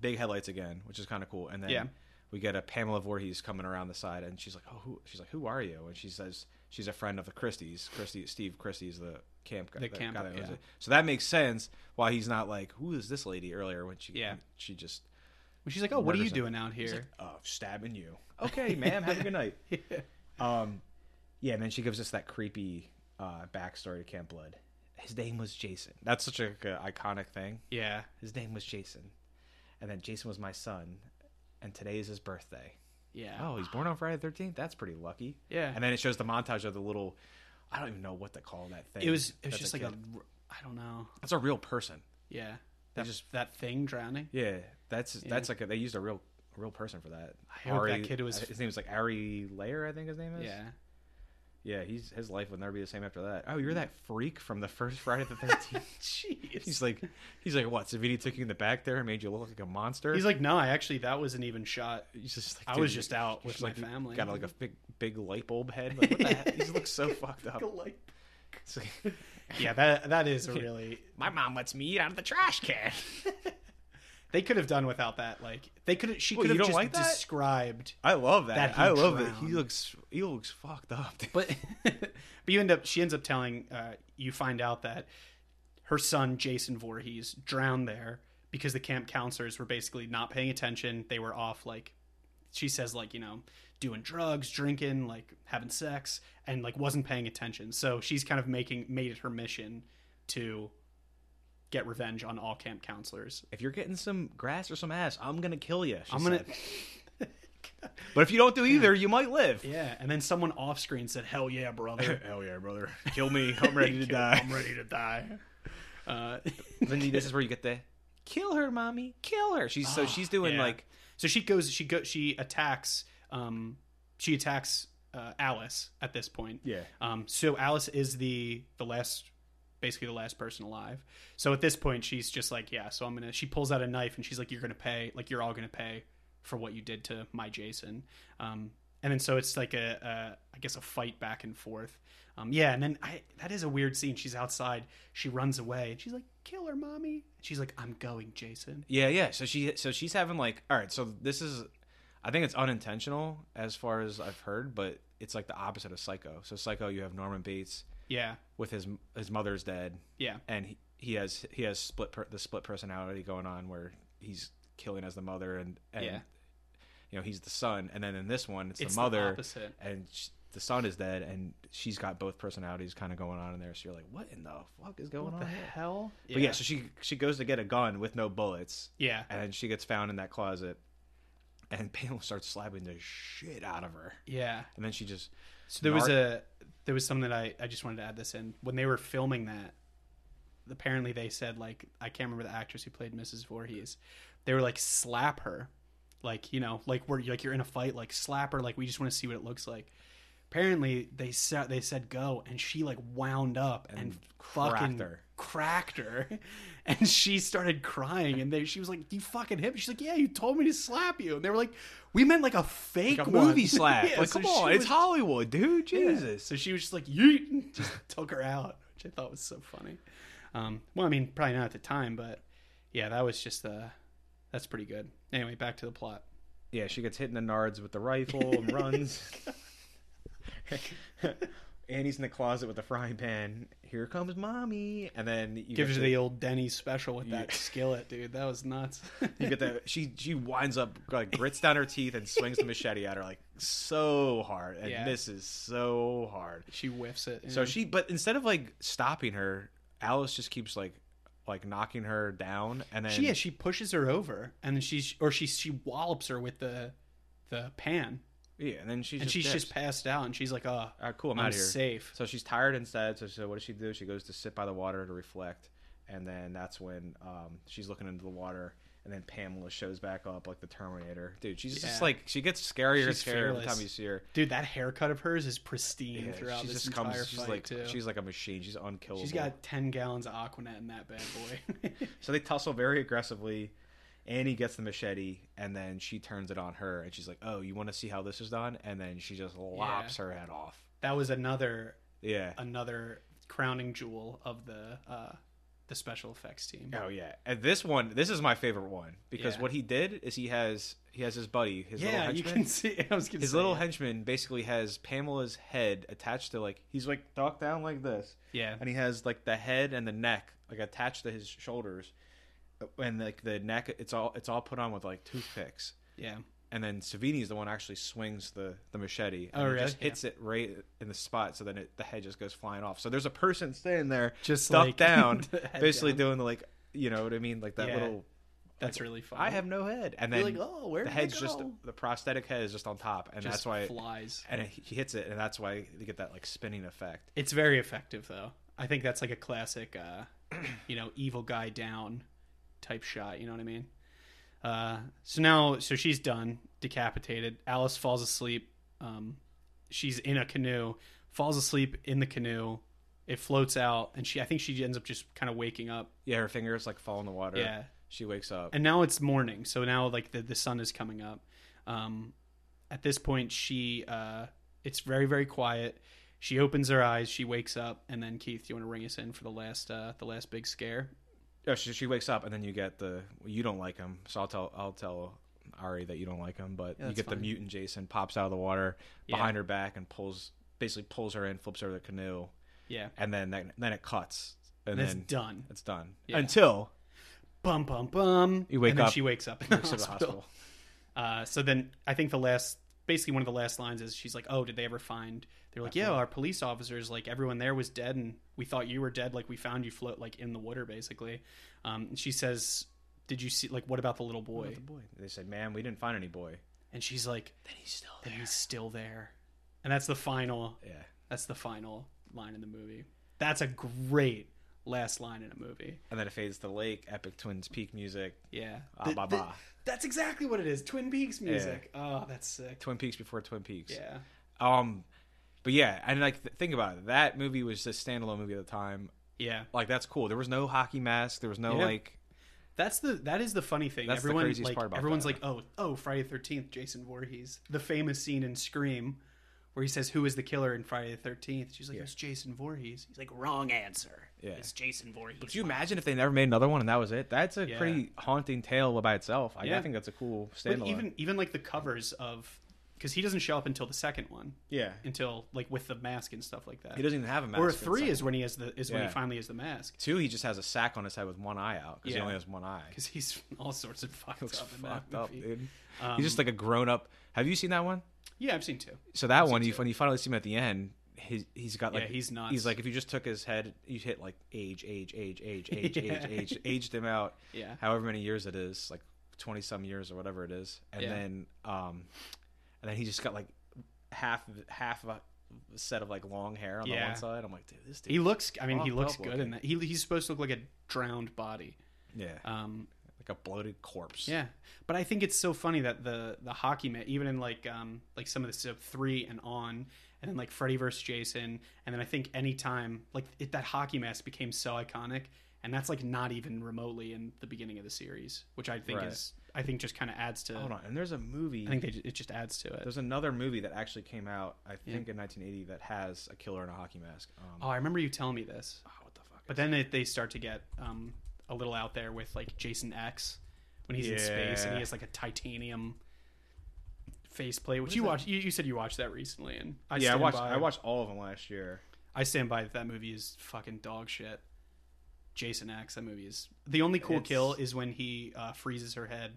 [SPEAKER 2] Big headlights again, which is kind of cool. And then
[SPEAKER 1] Yeah.
[SPEAKER 2] we get a Pamela Voorhees coming around the side, and she's like, "Oh, who?" she's like, "Who are you?" And she says, "She's a friend of the Christies. Christie, Steve Christie's the camp guy.
[SPEAKER 1] The
[SPEAKER 2] that
[SPEAKER 1] camp-
[SPEAKER 2] guy that owns
[SPEAKER 1] yeah.
[SPEAKER 2] it. So that makes sense why he's not like, who is this lady earlier when she
[SPEAKER 1] Yeah.
[SPEAKER 2] she just
[SPEAKER 1] When she's like, "Oh, what are
[SPEAKER 2] Murder
[SPEAKER 1] you
[SPEAKER 2] something.
[SPEAKER 1] doing out here?"
[SPEAKER 2] uh, stabbing you. Okay, ma'am, have a good night. Um, yeah, and then she gives us that creepy uh, backstory to Camp Blood. His name was Jason. That's such a, like, a iconic thing.
[SPEAKER 1] yeah,
[SPEAKER 2] His name was Jason, and then Jason was my son, and today is his birthday.
[SPEAKER 1] yeah,
[SPEAKER 2] Oh, he's born on Friday the thirteenth. That's pretty lucky.
[SPEAKER 1] yeah.
[SPEAKER 2] And then it shows the montage of the little. I don't even know what to call that thing.
[SPEAKER 1] it was it was
[SPEAKER 2] That's
[SPEAKER 1] just like a
[SPEAKER 2] kid.
[SPEAKER 1] r- I don't know.
[SPEAKER 2] That's a real person.
[SPEAKER 1] Yeah, that
[SPEAKER 2] just-
[SPEAKER 1] that thing drowning.
[SPEAKER 2] Yeah, that's that's like a, they used a real a real person for that.
[SPEAKER 1] I hope that kid was-
[SPEAKER 2] his name was like Ari Lair, I think his name is.
[SPEAKER 1] Yeah,
[SPEAKER 2] yeah. He's his life would never be the same after that. Oh, you're that freak from the first Friday the Thirteenth.
[SPEAKER 1] jeez.
[SPEAKER 2] he's like, he's like, what? Savini took you in the back there and made you look like a monster.
[SPEAKER 1] He's like, no, I actually that wasn't even shot.
[SPEAKER 2] he's just like,
[SPEAKER 1] I
[SPEAKER 2] dude,
[SPEAKER 1] was
[SPEAKER 2] you-
[SPEAKER 1] just out
[SPEAKER 2] you
[SPEAKER 1] with
[SPEAKER 2] just,
[SPEAKER 1] my
[SPEAKER 2] like,
[SPEAKER 1] family.
[SPEAKER 2] Got like a big big light bulb head. Like, what the heck? He just looks so fucked up. It's like,
[SPEAKER 1] yeah, that that is a really.
[SPEAKER 2] my mom lets me eat out of the trash can.
[SPEAKER 1] They could have done without that. Like they could. She
[SPEAKER 2] Well,
[SPEAKER 1] could
[SPEAKER 2] you
[SPEAKER 1] have
[SPEAKER 2] don't
[SPEAKER 1] just
[SPEAKER 2] like that?
[SPEAKER 1] described.
[SPEAKER 2] I love that.
[SPEAKER 1] That he
[SPEAKER 2] I love that. He
[SPEAKER 1] drowned.
[SPEAKER 2] looks he looks fucked up. dude.
[SPEAKER 1] But but you end up. She ends up telling. Uh, you find out that her son Jason Voorhees drowned there because the camp counselors were basically not paying attention. They were off like she says like you know doing drugs drinking like having sex and like wasn't paying attention so she's kind of making made it her mission to get revenge on all camp counselors
[SPEAKER 2] if you're getting some grass or some ass, I'm gonna kill you.
[SPEAKER 1] i'm gonna
[SPEAKER 2] But if you don't do either, you might live.
[SPEAKER 1] yeah and then someone off screen said hell yeah brother
[SPEAKER 2] Hell yeah, brother! Kill me. I'm ready to die.
[SPEAKER 1] i'm ready to die uh,
[SPEAKER 2] then you- this is where you get the kill her, mommy, kill her. She's so she's doing
[SPEAKER 1] Ah, yeah.
[SPEAKER 2] like
[SPEAKER 1] so she goes she go she attacks um she attacks uh, alice at this point
[SPEAKER 2] Yeah.
[SPEAKER 1] um so alice is the the last basically the last person alive so at this point she's just like yeah so i'm gonna she pulls out a knife and she's like you're gonna pay like you're all gonna pay for what you did to my jason um and then so it's like a, a i guess a fight back and forth um yeah and then i that is a weird scene she's outside she runs away and she's like kill her mommy she's like i'm going jason
[SPEAKER 2] yeah, yeah. So she so she's having like all right. So this is, I think it's unintentional as far as I've heard, but it's like the opposite of Psycho. So Psycho, you have Norman Bates
[SPEAKER 1] yeah
[SPEAKER 2] with his his mother's dead.
[SPEAKER 1] yeah
[SPEAKER 2] and he, he has he has split per, the split personality going on where he's killing as the mother and, and
[SPEAKER 1] Yeah.
[SPEAKER 2] you know he's the son and then in this one it's,
[SPEAKER 1] It's
[SPEAKER 2] the
[SPEAKER 1] the
[SPEAKER 2] mother
[SPEAKER 1] opposite.
[SPEAKER 2] and sh the son is dead and she's got both personalities kind of going on in there so you're like what in the fuck is going
[SPEAKER 1] What
[SPEAKER 2] on
[SPEAKER 1] the
[SPEAKER 2] here?
[SPEAKER 1] hell?
[SPEAKER 2] but yeah so she she goes to get a gun with no bullets
[SPEAKER 1] yeah,
[SPEAKER 2] and she gets found in that closet and Pamela starts slapping the shit out of her
[SPEAKER 1] yeah.
[SPEAKER 2] and then she just
[SPEAKER 1] So there was a there was something that I I just wanted to add this in when they were filming that. Apparently, they said like I can't remember the actress who played Mrs. Voorhees. They were like slap her, like you know, like we're like you're in a fight, like slap her, like we just want to see what it looks like. Apparently, they said they said go, and she like wound up and,
[SPEAKER 2] And cracked
[SPEAKER 1] fucking
[SPEAKER 2] her.
[SPEAKER 1] cracked her, and she started crying. And they she was like, "You fucking him?" She's like, "Yeah, you told me to slap you." And they were like, "We meant like a fake
[SPEAKER 2] a
[SPEAKER 1] one."
[SPEAKER 2] movie slap
[SPEAKER 1] Yeah,
[SPEAKER 2] like
[SPEAKER 1] so
[SPEAKER 2] come
[SPEAKER 1] she
[SPEAKER 2] on it's
[SPEAKER 1] was-
[SPEAKER 2] Hollywood dude Jesus
[SPEAKER 1] so she was just like, yeet, and just took her out, which I thought was so funny. Um, well, I mean, probably not at the time, but yeah, that was just, uh, that's pretty good. Anyway, back to the plot.
[SPEAKER 2] Yeah, she gets hit in the nards with the rifle and runs. Annie's in the closet with the frying pan. Here comes mommy, and then you
[SPEAKER 1] Gives
[SPEAKER 2] get
[SPEAKER 1] her the uh, old Denny's special with that
[SPEAKER 2] Yeah.
[SPEAKER 1] skillet, dude. That was nuts.
[SPEAKER 2] you get the she she winds up like grits down her teeth and swings the machete at her like so hard and
[SPEAKER 1] Yeah.
[SPEAKER 2] misses so hard.
[SPEAKER 1] she whiffs it.
[SPEAKER 2] So
[SPEAKER 1] and-
[SPEAKER 2] she, but instead of like stopping her, Alice just keeps like like knocking her down, and then
[SPEAKER 1] she, yeah, she pushes her over and then she's, or she, she wallops her with the, the pan
[SPEAKER 2] yeah, and then she's
[SPEAKER 1] and
[SPEAKER 2] just
[SPEAKER 1] she's
[SPEAKER 2] dips.
[SPEAKER 1] just passed out and she's like, oh,
[SPEAKER 2] All right, cool. I'm,
[SPEAKER 1] I'm
[SPEAKER 2] out here.
[SPEAKER 1] safe.
[SPEAKER 2] So she's tired and sad. So, so what does she do? She goes to sit by the water to reflect, and then that's when um, she's looking into the water, and then Pamela shows back up like the Terminator. Dude, she's
[SPEAKER 1] Yeah.
[SPEAKER 2] just like she gets scarier
[SPEAKER 1] She's
[SPEAKER 2] and scarier every
[SPEAKER 1] fearless.
[SPEAKER 2] time you see her.
[SPEAKER 1] dude, that haircut of hers is pristine
[SPEAKER 2] Yeah,
[SPEAKER 1] throughout
[SPEAKER 2] she
[SPEAKER 1] this
[SPEAKER 2] just
[SPEAKER 1] entire
[SPEAKER 2] comes.
[SPEAKER 1] fight
[SPEAKER 2] She's like
[SPEAKER 1] too.
[SPEAKER 2] she's like a machine. She's unkillable.
[SPEAKER 1] she's got 10 gallons of Aquanet in that bad boy.
[SPEAKER 2] So they tussle very aggressively. Annie gets the machete, and then she turns it on her, and she's like, "Oh, you want to see how this is done?" And then she just lops her head off.
[SPEAKER 1] that was another
[SPEAKER 2] Yeah,
[SPEAKER 1] another crowning jewel of the uh the special effects team.
[SPEAKER 2] Oh yeah, and this one, this is my favorite one because
[SPEAKER 1] Yeah.
[SPEAKER 2] what he did is he has he has his buddy, his little
[SPEAKER 1] Yeah, you
[SPEAKER 2] henchman.
[SPEAKER 1] can see. I was gonna
[SPEAKER 2] his
[SPEAKER 1] say,
[SPEAKER 2] little
[SPEAKER 1] yeah.
[SPEAKER 2] henchman basically has Pamela's head attached to like he's like docked down like this,
[SPEAKER 1] yeah,
[SPEAKER 2] and he has like the head and the neck like attached to his shoulders, and like the neck it's all it's all put on with like toothpicks.
[SPEAKER 1] yeah.
[SPEAKER 2] And then Savini's the one who actually swings the, the machete. And
[SPEAKER 1] Oh,
[SPEAKER 2] he
[SPEAKER 1] really?
[SPEAKER 2] just hits it right in the spot, so then it, the head just goes flying off. So there's a person standing there,
[SPEAKER 1] Just
[SPEAKER 2] stuck
[SPEAKER 1] like-
[SPEAKER 2] down,
[SPEAKER 1] the head
[SPEAKER 2] basically
[SPEAKER 1] down.
[SPEAKER 2] doing the like, you know what I mean, like that
[SPEAKER 1] Yeah.
[SPEAKER 2] little
[SPEAKER 1] That's really fun.
[SPEAKER 2] I have no head. And then
[SPEAKER 1] You're like, oh, where
[SPEAKER 2] the
[SPEAKER 1] did it
[SPEAKER 2] head's just
[SPEAKER 1] go?
[SPEAKER 2] the prosthetic head is just on top, and
[SPEAKER 1] Just
[SPEAKER 2] that's why.
[SPEAKER 1] flies.
[SPEAKER 2] and he he hits it, and that's why they get that like spinning effect.
[SPEAKER 1] It's very effective though. I think that's like a classic, uh, you know, evil guy down type shot. You know what I mean? Uh, so now, so she's done, decapitated. Alice falls asleep. Um, she's in a canoe, falls asleep in the canoe. It floats out, and she, I think she ends up just kind of waking up.
[SPEAKER 2] Yeah, her fingers like fall in the water.
[SPEAKER 1] Yeah.
[SPEAKER 2] she wakes up.
[SPEAKER 1] And now it's morning, so now like the the sun is coming up. Um, at this point, she uh, it's very very quiet. She opens her eyes, she wakes up, and then Keith, you want to ring us in for the last uh, the last big scare?
[SPEAKER 2] oh, she, she wakes up, and then you get the you don't like him, so I'll tell I'll tell Ari that you don't like him, but
[SPEAKER 1] Yeah,
[SPEAKER 2] you
[SPEAKER 1] that's
[SPEAKER 2] get the
[SPEAKER 1] fine.
[SPEAKER 2] mutant Jason pops out of the water
[SPEAKER 1] Yeah.
[SPEAKER 2] behind her back and pulls basically pulls her in, flips her to the canoe,
[SPEAKER 1] Yeah,
[SPEAKER 2] and then that, then it cuts, and,
[SPEAKER 1] and it's
[SPEAKER 2] then
[SPEAKER 1] done.
[SPEAKER 2] it's done
[SPEAKER 1] Yeah.
[SPEAKER 2] until
[SPEAKER 1] Bum bum bum.
[SPEAKER 2] You wake
[SPEAKER 1] and then
[SPEAKER 2] up.
[SPEAKER 1] She wakes up in
[SPEAKER 2] she
[SPEAKER 1] the
[SPEAKER 2] wakes up in
[SPEAKER 1] hospital.
[SPEAKER 2] the hospital.
[SPEAKER 1] Uh, so then I think the last basically one of the last lines is she's like, "Oh, did they ever find?" They're like, "Yeah,
[SPEAKER 2] Uh-huh.
[SPEAKER 1] our police officers like everyone there was dead, and we thought you were dead. Like we found you float like in the water, basically." Um, and she says, "Did you see? Like, what about the little boy?"
[SPEAKER 2] The boy. They said, "Man, we didn't find any boy."
[SPEAKER 1] And she's like,
[SPEAKER 3] Then he's still
[SPEAKER 1] "Then he's still there." And that's the final.
[SPEAKER 2] Yeah.
[SPEAKER 1] That's the final line in the movie. That's a great last line in a movie.
[SPEAKER 2] And then it fades to lake, epic twins peak music,
[SPEAKER 1] Yeah.
[SPEAKER 2] Ah,
[SPEAKER 1] The-
[SPEAKER 2] bah,
[SPEAKER 1] the-
[SPEAKER 2] bah.
[SPEAKER 1] that's exactly what it is. Twin Peaks music. Oh, that's sick.
[SPEAKER 2] Twin Peaks before Twin Peaks.
[SPEAKER 1] Yeah.
[SPEAKER 2] Um, but yeah, and like th- think about it. That movie was just standalone movie at the time.
[SPEAKER 1] Yeah.
[SPEAKER 2] Like that's cool. There was no hockey mask. There was no
[SPEAKER 1] Yeah.
[SPEAKER 2] like.
[SPEAKER 1] That's the that is the funny thing.
[SPEAKER 2] That's the
[SPEAKER 1] Everyone
[SPEAKER 2] craziest
[SPEAKER 1] like
[SPEAKER 2] part about
[SPEAKER 1] everyone's
[SPEAKER 2] that.
[SPEAKER 1] like, oh oh Friday Thirteenth, Jason Voorhees, the famous scene in Scream where he says, "Who is the killer?" in Friday the Thirteenth. She's like, "It's Jason Voorhees." He's like,
[SPEAKER 3] like wrong answer.
[SPEAKER 2] Yeah.
[SPEAKER 3] It's Jason Voorhees.
[SPEAKER 2] Could you imagine if they never made another one and that was it? That's a
[SPEAKER 1] Yeah.
[SPEAKER 2] pretty haunting tale by itself. I, I
[SPEAKER 1] Yeah.
[SPEAKER 2] think that's a cool
[SPEAKER 1] but
[SPEAKER 2] standalone.
[SPEAKER 1] even even like the covers of because he doesn't show up until the second one,
[SPEAKER 2] yeah,
[SPEAKER 1] until like with the mask and stuff like that.
[SPEAKER 2] he doesn't even have a mask.
[SPEAKER 1] or
[SPEAKER 2] in the
[SPEAKER 1] three
[SPEAKER 2] second
[SPEAKER 1] is when he has the is when
[SPEAKER 2] Yeah.
[SPEAKER 1] he finally has the mask
[SPEAKER 2] two. He just has a sack on his head with one eye out because he
[SPEAKER 1] Yeah.
[SPEAKER 2] only has one eye.
[SPEAKER 1] because he's all sorts of fucked
[SPEAKER 2] Looks
[SPEAKER 1] up in
[SPEAKER 2] fucked
[SPEAKER 1] that
[SPEAKER 2] up,
[SPEAKER 1] movie.
[SPEAKER 2] dude. He's just like a grown up. Have you seen that one?
[SPEAKER 1] yeah, I've seen two.
[SPEAKER 2] So that one, you, when you finally see him at the end, his, he's got like
[SPEAKER 1] Yeah, he's nuts.
[SPEAKER 2] He's like if you just took his head, you hit like age, age, age, age, age,
[SPEAKER 1] Yeah.
[SPEAKER 2] age, age, aged him out.
[SPEAKER 1] Yeah.
[SPEAKER 2] however many years it is, like twenty some years or whatever it is, and
[SPEAKER 1] Yeah.
[SPEAKER 2] then um, and then he just got like half of- half of a set of like long hair on the
[SPEAKER 1] Yeah.
[SPEAKER 2] one side. I'm like, dude, this dude.
[SPEAKER 1] He looks. I mean, he
[SPEAKER 2] Fucked
[SPEAKER 1] looks
[SPEAKER 2] up
[SPEAKER 1] good in that. He, he's supposed to look like a drowned body.
[SPEAKER 2] yeah,
[SPEAKER 1] Um,
[SPEAKER 2] like a bloated corpse.
[SPEAKER 1] Yeah, but I think it's so funny that the the hockey man, even in like um like some of the stuff three and on, and then like Freddy versus Jason, and then I think anytime like it, that hockey mask became so iconic, and that's like not even remotely in the beginning of the series, which I think
[SPEAKER 2] Right.
[SPEAKER 1] is I think just kind of adds to.
[SPEAKER 2] Hold on, and there's a movie.
[SPEAKER 1] I think they, ju- it just adds to it.
[SPEAKER 2] there's another movie that actually came out, I think, in 1980 that has a killer in a hockey mask. Um,
[SPEAKER 1] Oh, I remember you telling me this,
[SPEAKER 2] oh, what the fuck?
[SPEAKER 1] but then it, they start to get um a little out there with like Jason X when he's in space and
[SPEAKER 2] Yeah.
[SPEAKER 1] he has like a titanium faceplate which you watched you, you said you watched that recently and I
[SPEAKER 2] yeah, I
[SPEAKER 1] stand
[SPEAKER 2] watched.
[SPEAKER 1] by.
[SPEAKER 2] I watched all of them last year.
[SPEAKER 1] I stand by that. That movie is fucking dog shit. Jason X. That movie is the only cool
[SPEAKER 2] It's-
[SPEAKER 1] kill is when he uh, freezes her head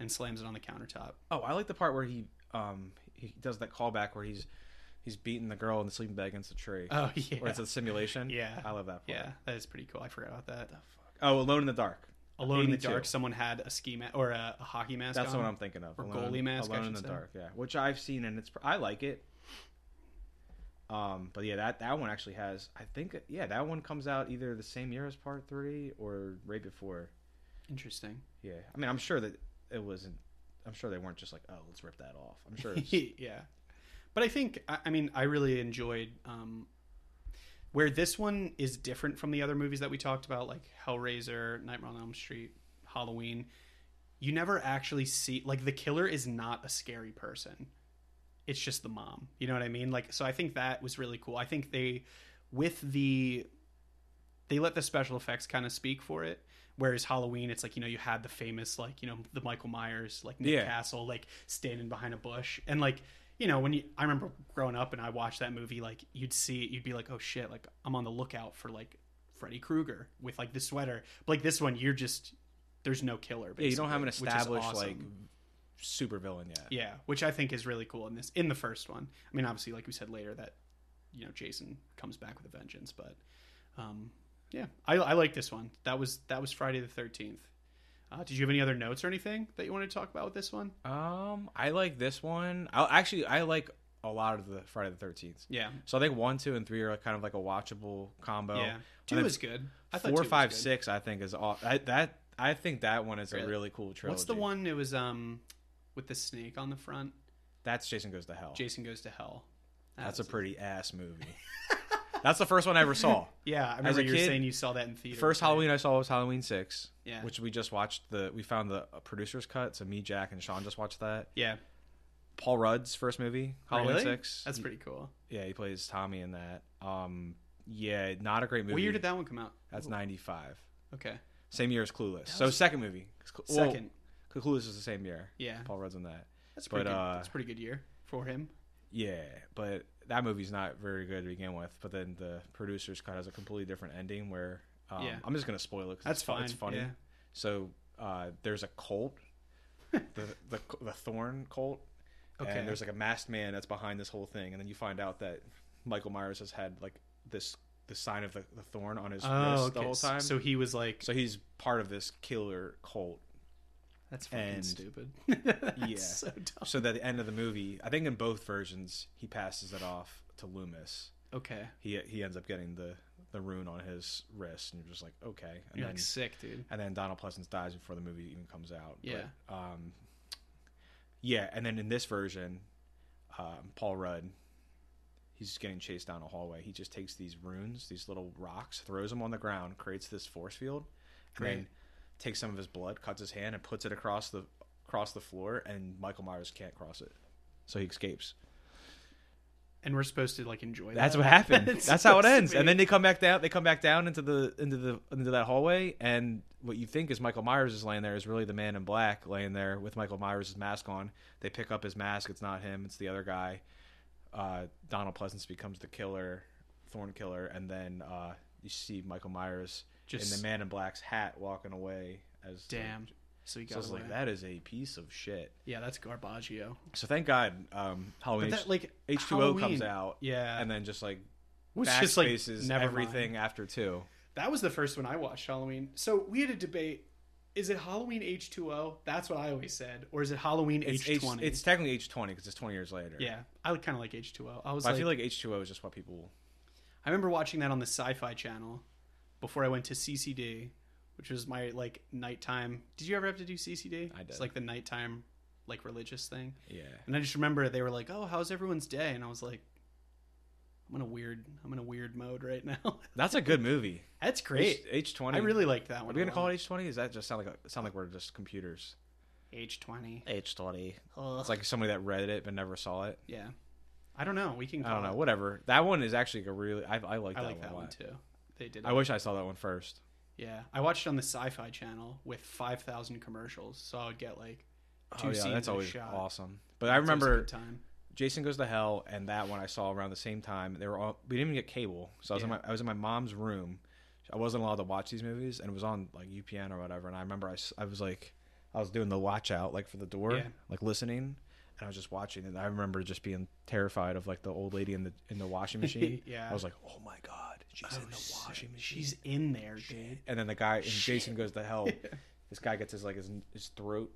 [SPEAKER 1] and slams it on the countertop.
[SPEAKER 2] Oh, I like the part where he um he does that callback where he's he's beating the girl in the sleeping bag against the tree.
[SPEAKER 1] Oh yeah,
[SPEAKER 2] Or it's a simulation.
[SPEAKER 1] Yeah.
[SPEAKER 2] I love that part.
[SPEAKER 1] yeah. That is pretty cool. I forgot about that.
[SPEAKER 2] Oh, Alone in the Dark.
[SPEAKER 1] Alone in the
[SPEAKER 2] 82.
[SPEAKER 1] dark, someone had a ski mask or a, a hockey mask.
[SPEAKER 2] That's
[SPEAKER 1] on.
[SPEAKER 2] what I'm thinking of.
[SPEAKER 1] Or
[SPEAKER 2] Alone,
[SPEAKER 1] goalie mask, I
[SPEAKER 2] Alone in
[SPEAKER 1] should
[SPEAKER 2] the
[SPEAKER 1] say.
[SPEAKER 2] Dark. Yeah, which I've seen and it's pr- I like it. Um, but yeah, that that one actually has. I think yeah, that one comes out either the same year as Part Three or right before.
[SPEAKER 1] Interesting.
[SPEAKER 2] Yeah, I mean, I'm sure that it wasn't. I'm sure they weren't just like, oh, let's rip that off. I'm sure. It's,
[SPEAKER 1] yeah, but I think I, I mean I really enjoyed um, where this one is different from the other movies that we talked about, like Hellraiser, Nightmare on Elm Street, Halloween. You never actually see like the killer is not a scary person. It's just the mom. You know what I mean? Like so I think that was really cool. I think they with the they let the special effects kind of speak for it. Whereas Halloween, it's like you know you had the famous like you know the Michael Myers like Nick
[SPEAKER 2] Yeah.
[SPEAKER 1] Castle like standing behind a bush and like you know when you I remember growing up and I watched that movie like you'd see it you'd be like oh shit like I'm on the lookout for like Freddy Krueger with like the sweater but like this one you're just there's no killer basically,
[SPEAKER 2] Yeah, you don't have an
[SPEAKER 1] which is
[SPEAKER 2] established
[SPEAKER 1] awesome.
[SPEAKER 2] like super villain yet.
[SPEAKER 1] Yeah, which I think is really cool in this in the first one. I mean, obviously, like we said later, that you know Jason comes back with a vengeance, but um, yeah, I, I like this one. That was that was Friday the Thirteenth. Uh, did you have any other notes or anything that you want to talk about with this one?
[SPEAKER 2] Um, I like this one. I actually I like a lot of the Friday the Thirteenth.
[SPEAKER 1] Yeah,
[SPEAKER 2] So I think one, two, and three are kind of like a watchable combo.
[SPEAKER 1] yeah. Two
[SPEAKER 2] then
[SPEAKER 1] was good. I thought
[SPEAKER 2] Four,
[SPEAKER 1] two
[SPEAKER 2] five,
[SPEAKER 1] was good.
[SPEAKER 2] six, I think is all I, that. I think that one is a
[SPEAKER 1] Really?
[SPEAKER 2] really cool trilogy.
[SPEAKER 1] What's the one? It was um with the snake on the front.
[SPEAKER 2] That's Jason Goes to Hell.
[SPEAKER 1] Jason goes to hell. That
[SPEAKER 2] That's a
[SPEAKER 1] was it.
[SPEAKER 2] pretty ass movie. That's the first one I ever saw.
[SPEAKER 1] Yeah, I remember
[SPEAKER 2] a
[SPEAKER 1] you were
[SPEAKER 2] kid,
[SPEAKER 1] saying you saw that in theater.
[SPEAKER 2] First
[SPEAKER 1] right?
[SPEAKER 2] Halloween I saw was Halloween six,
[SPEAKER 1] Yeah.
[SPEAKER 2] which we just watched. The we found the uh, producer's cut, so me, Jack, and Sean just watched that.
[SPEAKER 1] Yeah,
[SPEAKER 2] Paul Rudd's first movie, Halloween
[SPEAKER 1] Really?
[SPEAKER 2] six.
[SPEAKER 1] That's pretty cool.
[SPEAKER 2] Yeah, he plays Tommy in that. Um, yeah, not a great movie.
[SPEAKER 1] What year did that one come out?
[SPEAKER 2] That's ninety five.
[SPEAKER 1] Okay,
[SPEAKER 2] Same year as Clueless.
[SPEAKER 1] That
[SPEAKER 2] So
[SPEAKER 1] was-
[SPEAKER 2] second movie. 'Cause Clu- well,
[SPEAKER 1] second.
[SPEAKER 2] Clu- Clueless is the same year.
[SPEAKER 1] Yeah.
[SPEAKER 2] Paul Rudd's in that.
[SPEAKER 1] That's a
[SPEAKER 2] But,
[SPEAKER 1] pretty good.
[SPEAKER 2] uh,
[SPEAKER 1] that's a pretty good year for him.
[SPEAKER 2] Yeah, but that movie's not very good to begin with. But then the producer's cut has a completely different ending where um,
[SPEAKER 1] Yeah.
[SPEAKER 2] I'm just gonna spoil it. 'cause
[SPEAKER 1] That's
[SPEAKER 2] it's, fu- It's
[SPEAKER 1] fine,
[SPEAKER 2] funny.
[SPEAKER 1] yeah.
[SPEAKER 2] So uh, there's a cult, the, the the Thorn cult,
[SPEAKER 1] Okay.
[SPEAKER 2] and there's like a masked man that's behind this whole thing. And then you find out that Michael Myers has had like this the sign of the, the thorn on his wrist the whole time.
[SPEAKER 1] Oh, So he was like,
[SPEAKER 2] Oh, so he's part of this killer cult.
[SPEAKER 1] "That's fucking
[SPEAKER 2] and-
[SPEAKER 1] stupid." That's
[SPEAKER 2] Yeah.
[SPEAKER 1] so dumb.
[SPEAKER 2] So that at the end of the movie, I think in both versions, he passes it off to Loomis.
[SPEAKER 1] Okay,
[SPEAKER 2] He he ends up getting the the rune on his wrist, and you're just like, okay. And
[SPEAKER 1] you're
[SPEAKER 2] then,
[SPEAKER 1] like sick, dude.
[SPEAKER 2] and then Donald Pleasance dies before the movie even comes out.
[SPEAKER 1] Yeah.
[SPEAKER 2] But, um, yeah, and then in this version, um, Paul Rudd, he's just getting chased down a hallway. He just takes these runes, these little rocks, throws them on the ground, creates this force field, and then
[SPEAKER 1] Great.
[SPEAKER 2] takes some of his blood, cuts his hand, and puts it across the across the floor. And Michael Myers can't cross it, so he escapes.
[SPEAKER 1] And we're supposed to like enjoy.
[SPEAKER 2] That's
[SPEAKER 1] that.
[SPEAKER 2] what happened.
[SPEAKER 1] It's
[SPEAKER 2] That's how it
[SPEAKER 1] so
[SPEAKER 2] ends.
[SPEAKER 1] sweet.
[SPEAKER 2] And then they come back down. They come back down into the into the into that hallway. And what you think is Michael Myers is laying there is really the Man in Black laying there with Michael Myers' mask on. They pick up his mask. It's not him. It's the other guy. Uh, Donald Pleasance becomes the killer, Thorn Killer, and then uh, you see Michael Myers in
[SPEAKER 1] Just-
[SPEAKER 2] the Man in Black's hat walking away. As the-
[SPEAKER 1] damn. So he got
[SPEAKER 2] so I was
[SPEAKER 1] away.
[SPEAKER 2] like, that is a piece of shit.
[SPEAKER 1] Yeah, that's Garbaggio.
[SPEAKER 2] So thank God, um, Halloween
[SPEAKER 1] But that like
[SPEAKER 2] H two O
[SPEAKER 1] Halloween
[SPEAKER 2] comes out,
[SPEAKER 1] Yeah,
[SPEAKER 2] and then just like
[SPEAKER 1] was just like
[SPEAKER 2] backspaces
[SPEAKER 1] never
[SPEAKER 2] everything
[SPEAKER 1] mind.
[SPEAKER 2] after two.
[SPEAKER 1] That was the first one I watched Halloween. So we had a debate: is it Halloween H two O? That's what I always said, or is it Halloween
[SPEAKER 2] It's
[SPEAKER 1] H twenty?
[SPEAKER 2] It's technically H twenty because it's twenty years later.
[SPEAKER 1] yeah. I kind of like H two O. I was
[SPEAKER 2] But
[SPEAKER 1] like,
[SPEAKER 2] I feel like H two O is just what people.
[SPEAKER 1] I remember watching that on the Sci-Fi Channel before I went to CCD, which was my like nighttime. Did you ever have to do CCD?
[SPEAKER 2] I did.
[SPEAKER 1] It's like the nighttime, like religious thing.
[SPEAKER 2] Yeah.
[SPEAKER 1] And I just remember they were like, "Oh, how's everyone's day?" And I was like, "I'm in a weird, I'm in a weird mode right now."
[SPEAKER 2] That's a good movie.
[SPEAKER 1] That's great.
[SPEAKER 2] H twenty.
[SPEAKER 1] I really like that
[SPEAKER 2] Are we
[SPEAKER 1] one.
[SPEAKER 2] gonna call it H twenty? Does that just sound like a, sound like we're just computers?
[SPEAKER 1] H twenty?
[SPEAKER 2] H twenty. It's like somebody that read it but never saw it.
[SPEAKER 1] Yeah, I don't know. We can.
[SPEAKER 2] I
[SPEAKER 1] Call
[SPEAKER 2] don't know.
[SPEAKER 1] it-
[SPEAKER 2] Whatever. That one is actually a really. I, I like
[SPEAKER 1] I
[SPEAKER 2] that
[SPEAKER 1] like
[SPEAKER 2] one.
[SPEAKER 1] that
[SPEAKER 2] a
[SPEAKER 1] one
[SPEAKER 2] lot.
[SPEAKER 1] too. They did.
[SPEAKER 2] I
[SPEAKER 1] it.
[SPEAKER 2] wish I saw that one first.
[SPEAKER 1] Yeah, I watched it on the Sci-Fi Channel with five thousand commercials, so I would get like two
[SPEAKER 2] oh
[SPEAKER 1] scenes
[SPEAKER 2] yeah, that's
[SPEAKER 1] at a
[SPEAKER 2] always
[SPEAKER 1] shot.
[SPEAKER 2] awesome. But I
[SPEAKER 1] It's always a
[SPEAKER 2] remember
[SPEAKER 1] good time.
[SPEAKER 2] Jason Goes to Hell and that one I saw around the same time. They were all we didn't even get cable, so I was in
[SPEAKER 1] Yeah.
[SPEAKER 2] my I was in my mom's room. I wasn't allowed to watch these movies, and it was on like UPN or whatever. And I remember I, s- I was like I was doing the watch out like for the door,
[SPEAKER 1] Yeah.
[SPEAKER 2] like listening, and I was just watching. And I remember just being terrified of like the old lady in the in the washing machine.
[SPEAKER 1] Yeah.
[SPEAKER 2] I was like, oh my god, she's in the washing machine.
[SPEAKER 1] She's in there, dude.
[SPEAKER 2] And then the guy and Jason Goes to Hell. This guy gets his like his, his throat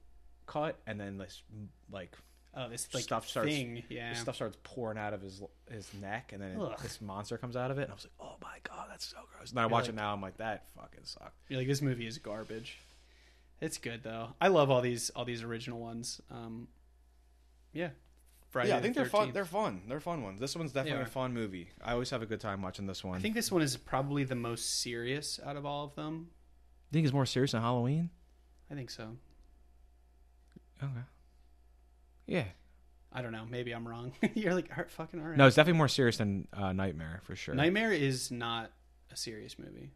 [SPEAKER 2] cut, and then this like
[SPEAKER 1] Oh, this like
[SPEAKER 2] stuff starts
[SPEAKER 1] thing. Yeah.
[SPEAKER 2] this stuff starts pouring out of his his neck and then it-
[SPEAKER 1] Ugh.
[SPEAKER 2] this monster comes out of it and I was like oh my god that's so gross and then I watch it now I'm like that fucking sucked
[SPEAKER 1] You're like, this movie is garbage. It's good though. I love all these all these original ones. Um, yeah. Friday. the 13th.
[SPEAKER 2] fun they're fun ones this one's definitely
[SPEAKER 1] are.
[SPEAKER 2] fun movie I always have a good time watching this one
[SPEAKER 1] I think this one is probably the most serious out of all of them.
[SPEAKER 2] think it's more serious than Halloween
[SPEAKER 1] I think so.
[SPEAKER 2] okay yeah
[SPEAKER 1] I don't know. Maybe I'm wrong. You're like, all right, fucking all right.
[SPEAKER 2] no it's definitely more serious than uh, Nightmare for sure
[SPEAKER 1] Nightmare is not a serious movie.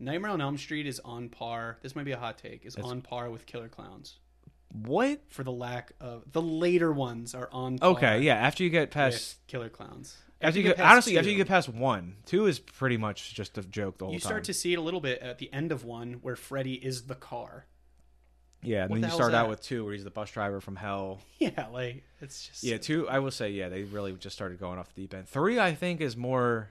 [SPEAKER 1] Nightmare on Elm Street is on par. This might be a hot take. Is on par with Killer Clowns
[SPEAKER 2] What?
[SPEAKER 1] for the lack of the later ones are on. Par
[SPEAKER 2] Okay, yeah. After you get
[SPEAKER 1] with
[SPEAKER 2] past,
[SPEAKER 1] Killer Clowns.
[SPEAKER 2] after you
[SPEAKER 1] get
[SPEAKER 2] get,
[SPEAKER 1] past
[SPEAKER 2] honestly, after
[SPEAKER 1] two,
[SPEAKER 2] you get past one, two is pretty much just a joke the whole
[SPEAKER 1] you
[SPEAKER 2] time.
[SPEAKER 1] start to see it a little bit at the end of one where Freddy is the car.
[SPEAKER 2] yeah, and
[SPEAKER 1] What
[SPEAKER 2] then
[SPEAKER 1] the
[SPEAKER 2] you
[SPEAKER 1] hell's
[SPEAKER 2] start out
[SPEAKER 1] that?
[SPEAKER 2] with two, where he's the bus driver from hell.
[SPEAKER 1] Yeah, like it's just
[SPEAKER 2] Yeah, two. I will say, yeah, they really just started going off the deep end. Three, I think, is more.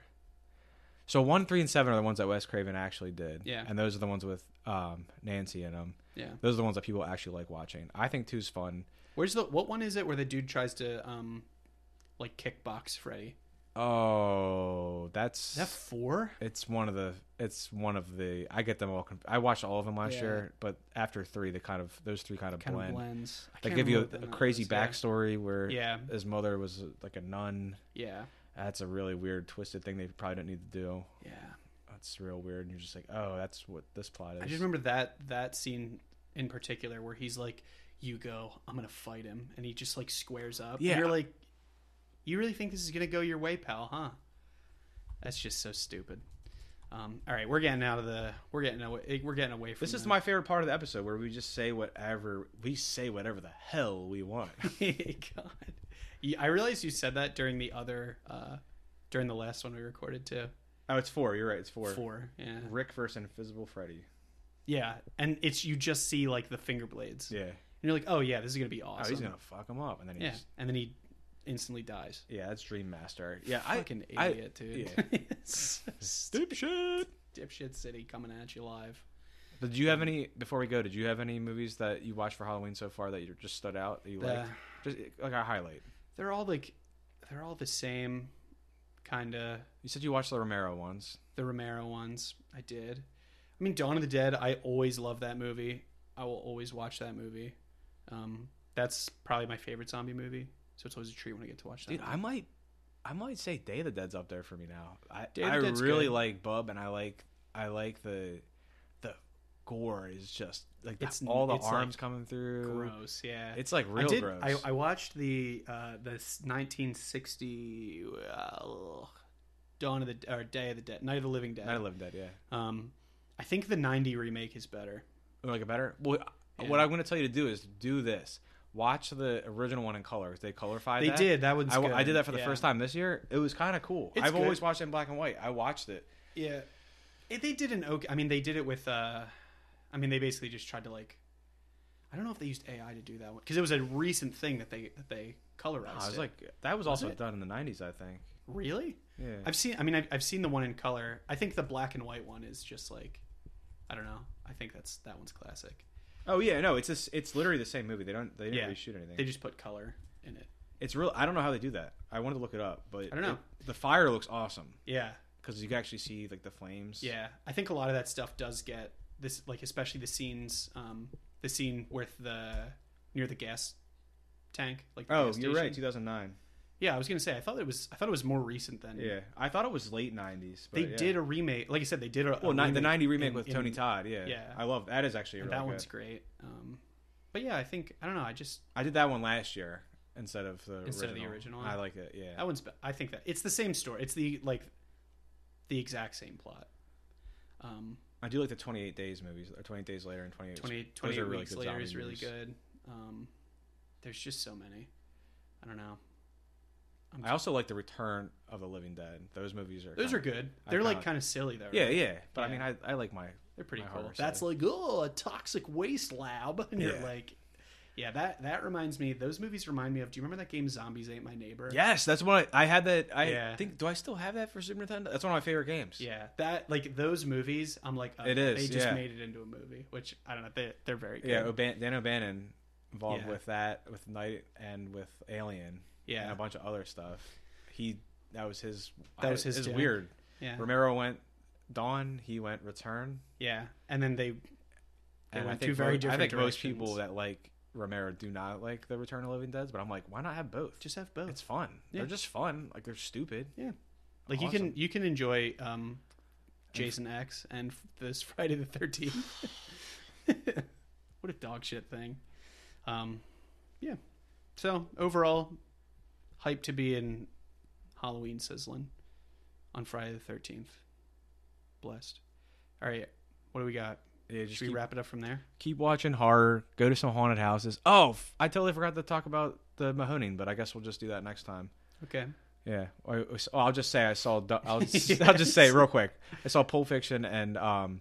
[SPEAKER 2] So one, three, and seven are the ones that Wes Craven actually did.
[SPEAKER 1] Yeah.
[SPEAKER 2] and those are the ones with um, Nancy in them.
[SPEAKER 1] yeah.
[SPEAKER 2] Those are the ones that people actually like watching. I think two's fun.
[SPEAKER 1] Where's the what one is it where the dude tries to um like kickbox Freddy?
[SPEAKER 2] Oh, that's
[SPEAKER 1] Is that four?
[SPEAKER 2] it's one of the it's one of the I get them all. Comp- I watched all of them last
[SPEAKER 1] Yeah.
[SPEAKER 2] year, but after three, they kind of those three kind of
[SPEAKER 1] Kind
[SPEAKER 2] blend.
[SPEAKER 1] of blends. I
[SPEAKER 2] They
[SPEAKER 1] can't
[SPEAKER 2] give you
[SPEAKER 1] remember
[SPEAKER 2] a,
[SPEAKER 1] what
[SPEAKER 2] a
[SPEAKER 1] one that
[SPEAKER 2] crazy
[SPEAKER 1] was, yeah.
[SPEAKER 2] backstory where
[SPEAKER 1] Yeah,
[SPEAKER 2] his mother was uh, like a nun.
[SPEAKER 1] yeah,
[SPEAKER 2] That's a really weird, twisted thing they probably don't need to do.
[SPEAKER 1] yeah.
[SPEAKER 2] That's real weird. And you're just like, oh, that's what this plot is.
[SPEAKER 1] I just remember that that scene in particular where he's like, "You go, I'm gonna fight him," and he just like squares up.
[SPEAKER 2] Yeah.
[SPEAKER 1] and you're like, you really think this is gonna go your way, pal? Huh? That's just so stupid. Um, all right, we're getting out of the we're getting away we're getting away from
[SPEAKER 2] this is
[SPEAKER 1] the-
[SPEAKER 2] my favorite part of the episode where we just say whatever we say whatever the hell we want.
[SPEAKER 1] Oh God. You- I realized you said that during the other uh during the last one we recorded too.
[SPEAKER 2] oh, it's four. You're right. It's four.
[SPEAKER 1] Four. Yeah.
[SPEAKER 2] Rick versus Invisible Freddy.
[SPEAKER 1] Yeah. And it's you just see like the finger blades.
[SPEAKER 2] Yeah.
[SPEAKER 1] And you're like, oh yeah, this is gonna be awesome.
[SPEAKER 2] Oh, he's gonna fuck him up, and then he's
[SPEAKER 1] Yeah. And then he instantly dies.
[SPEAKER 2] yeah. That's Dream Master. Yeah, I
[SPEAKER 1] Fucking
[SPEAKER 2] I-
[SPEAKER 1] idiot, dude. Stupid
[SPEAKER 2] Dipshit.
[SPEAKER 1] dipshit city coming at you live.
[SPEAKER 2] But did you have any before we go? Did you have any movies that you watched for Halloween so far that you just stood out that you
[SPEAKER 1] The-
[SPEAKER 2] liked? Just like a highlight.
[SPEAKER 1] They're all like they're all the same kinda
[SPEAKER 2] You said you watched the Romero ones.
[SPEAKER 1] the Romero ones. I did. I mean, Dawn of the Dead. I always love that movie. I will always watch that movie. Um, that's probably my favorite zombie movie. So it's always a treat when I get to watch that.
[SPEAKER 2] Dude, I might, I might say Day of the Dead's up there for me now. I
[SPEAKER 1] Day of the
[SPEAKER 2] I
[SPEAKER 1] Dead's
[SPEAKER 2] really
[SPEAKER 1] good.
[SPEAKER 2] like Bub, and I like I like the the gore is just like the-
[SPEAKER 1] It's n-
[SPEAKER 2] all the
[SPEAKER 1] it's, like,
[SPEAKER 2] arms coming through.
[SPEAKER 1] gross. Yeah.
[SPEAKER 2] It's like
[SPEAKER 1] I
[SPEAKER 2] real
[SPEAKER 1] did.
[SPEAKER 2] gross.
[SPEAKER 1] I, I watched the uh, this 1960 uh, Dawn of the or Day of the Dead, Night of the Living Dead.
[SPEAKER 2] Night of the Living Dead, yeah.
[SPEAKER 1] um, I think the 90 remake is better.
[SPEAKER 2] Or like a better. Well,
[SPEAKER 1] Yeah.
[SPEAKER 2] what I'm going to tell you to do is do this. Watch the original one in color. 'cause They colorified.
[SPEAKER 1] They
[SPEAKER 2] that.
[SPEAKER 1] did. That one's
[SPEAKER 2] I,
[SPEAKER 1] good.
[SPEAKER 2] I did that for the
[SPEAKER 1] Yeah.
[SPEAKER 2] first time this year. It was kind of cool.
[SPEAKER 1] It's
[SPEAKER 2] I've
[SPEAKER 1] good.
[SPEAKER 2] always watched it in black and white. I watched it.
[SPEAKER 1] Yeah, it, they did an okay. I mean, they did it with. uh I mean, they basically just tried to like. I don't know if they used AI to do that one because it was a recent thing that they that they colorized.
[SPEAKER 2] I was
[SPEAKER 1] it.
[SPEAKER 2] like, that was, also
[SPEAKER 1] it?
[SPEAKER 2] done in the '90s, I think.
[SPEAKER 1] really?
[SPEAKER 2] Yeah.
[SPEAKER 1] I've seen. I mean, I've, I've seen the one in color. I think the black and white one is just like, I don't know. I think that's that one's classic.
[SPEAKER 2] oh yeah, no, it's this. It's literally the same movie. They don't. They didn't
[SPEAKER 1] Yeah.
[SPEAKER 2] reshoot anything.
[SPEAKER 1] They just put color in it.
[SPEAKER 2] it's real. I don't know how they do that. I wanted to look it up, but I
[SPEAKER 1] don't know.
[SPEAKER 2] the fire looks awesome
[SPEAKER 1] Yeah,
[SPEAKER 2] because you can actually see like the flames.
[SPEAKER 1] yeah. I think a lot of that stuff does get this, like especially the scenes, um, the scene with the near the gas tank. Like the
[SPEAKER 2] Oh,
[SPEAKER 1] gas
[SPEAKER 2] you're
[SPEAKER 1] station.
[SPEAKER 2] right. 2009.
[SPEAKER 1] Yeah, I was gonna say. I thought it was. I thought it was more recent than.
[SPEAKER 2] Yeah, I thought it was late '90s. But
[SPEAKER 1] Mm-hmm. They
[SPEAKER 2] yeah.
[SPEAKER 1] did a remake. Like I said, they did a. a
[SPEAKER 2] Well, ni- the
[SPEAKER 1] remake
[SPEAKER 2] '90 remake
[SPEAKER 1] in-
[SPEAKER 2] with
[SPEAKER 1] in-
[SPEAKER 2] Tony Todd. Yeah.
[SPEAKER 1] yeah.
[SPEAKER 2] I love that. Is actually
[SPEAKER 1] and
[SPEAKER 2] really
[SPEAKER 1] that
[SPEAKER 2] good.
[SPEAKER 1] one's great. Um, but yeah, I think I don't know. I just
[SPEAKER 2] I did that one last year instead of the
[SPEAKER 1] Instead
[SPEAKER 2] original.
[SPEAKER 1] of the original.
[SPEAKER 2] I like it. Yeah.
[SPEAKER 1] that one's. be- I think that it's the same story. It's the like, the exact same plot. Um,
[SPEAKER 2] I do like the 28 days movies or 28 days later and 28.
[SPEAKER 1] 20,
[SPEAKER 2] those
[SPEAKER 1] 28
[SPEAKER 2] are really
[SPEAKER 1] weeks
[SPEAKER 2] good
[SPEAKER 1] later
[SPEAKER 2] zombie
[SPEAKER 1] is really
[SPEAKER 2] movies.
[SPEAKER 1] good. Um, there's just so many. I don't know.
[SPEAKER 2] I also like the Return of the Living Dead. Those movies are
[SPEAKER 1] Those
[SPEAKER 2] kinda-
[SPEAKER 1] are good. They're like
[SPEAKER 2] Iconic.
[SPEAKER 1] kind of silly though.
[SPEAKER 2] Yeah,
[SPEAKER 1] right?
[SPEAKER 2] yeah. But I
[SPEAKER 1] Yeah.
[SPEAKER 2] mean, I, I like my.
[SPEAKER 1] they're pretty
[SPEAKER 2] my
[SPEAKER 1] cool.
[SPEAKER 2] horror
[SPEAKER 1] That's
[SPEAKER 2] side.
[SPEAKER 1] like oh, a toxic waste lab, and you're
[SPEAKER 2] Yeah.
[SPEAKER 1] like, yeah. That that reminds me. Those movies remind me of. Do you remember that game Zombies Ain't My Neighbor?
[SPEAKER 2] Yes, that's what I, I had that. I
[SPEAKER 1] Yeah.
[SPEAKER 2] think. Do I still have that for Super Nintendo? That's one of my favorite games.
[SPEAKER 1] Yeah, that like those movies. I'm like, oh,
[SPEAKER 2] It is,
[SPEAKER 1] They just
[SPEAKER 2] yeah.
[SPEAKER 1] made it into a movie, which I don't know. They they're very good.
[SPEAKER 2] Yeah. Oban- Dan O'Bannon involved
[SPEAKER 1] Yeah.
[SPEAKER 2] with that, with Night and with Alien.
[SPEAKER 1] Yeah.
[SPEAKER 2] And a bunch of other stuff. He. That was his.
[SPEAKER 1] That was his
[SPEAKER 2] It's
[SPEAKER 1] jam.
[SPEAKER 2] weird.
[SPEAKER 1] yeah,
[SPEAKER 2] Romero went Dawn. He went Return.
[SPEAKER 1] yeah. And then they, They
[SPEAKER 2] and I
[SPEAKER 1] went
[SPEAKER 2] think
[SPEAKER 1] two very
[SPEAKER 2] mo- I
[SPEAKER 1] different
[SPEAKER 2] think most
[SPEAKER 1] directions.
[SPEAKER 2] people that like Romero do not like the Return of the Living Dead's, but I'm like, why not have both?
[SPEAKER 1] just have both.
[SPEAKER 2] it's fun.
[SPEAKER 1] Yeah.
[SPEAKER 2] They're just fun. Like they're stupid.
[SPEAKER 1] yeah, like you can
[SPEAKER 2] Awesome.
[SPEAKER 1] you can enjoy um, Jason X and f- this Friday the Thirteenth. what a dog shit thing. Um, yeah. So overall, hype to be in Halloween sizzling on Friday the Thirteenth. Blessed. All right, What do we got?
[SPEAKER 2] Yeah, just
[SPEAKER 1] Should we
[SPEAKER 2] keep,
[SPEAKER 1] wrap it up from there?
[SPEAKER 2] keep watching horror. Go to some haunted houses. Oh, f- I totally forgot to talk about the Mahoning, but I guess we'll just do that next time.
[SPEAKER 1] Okay.
[SPEAKER 2] Yeah, I, will just say I saw. du- I'll, s- I'll just say it real quick. I saw Pulp Fiction and um,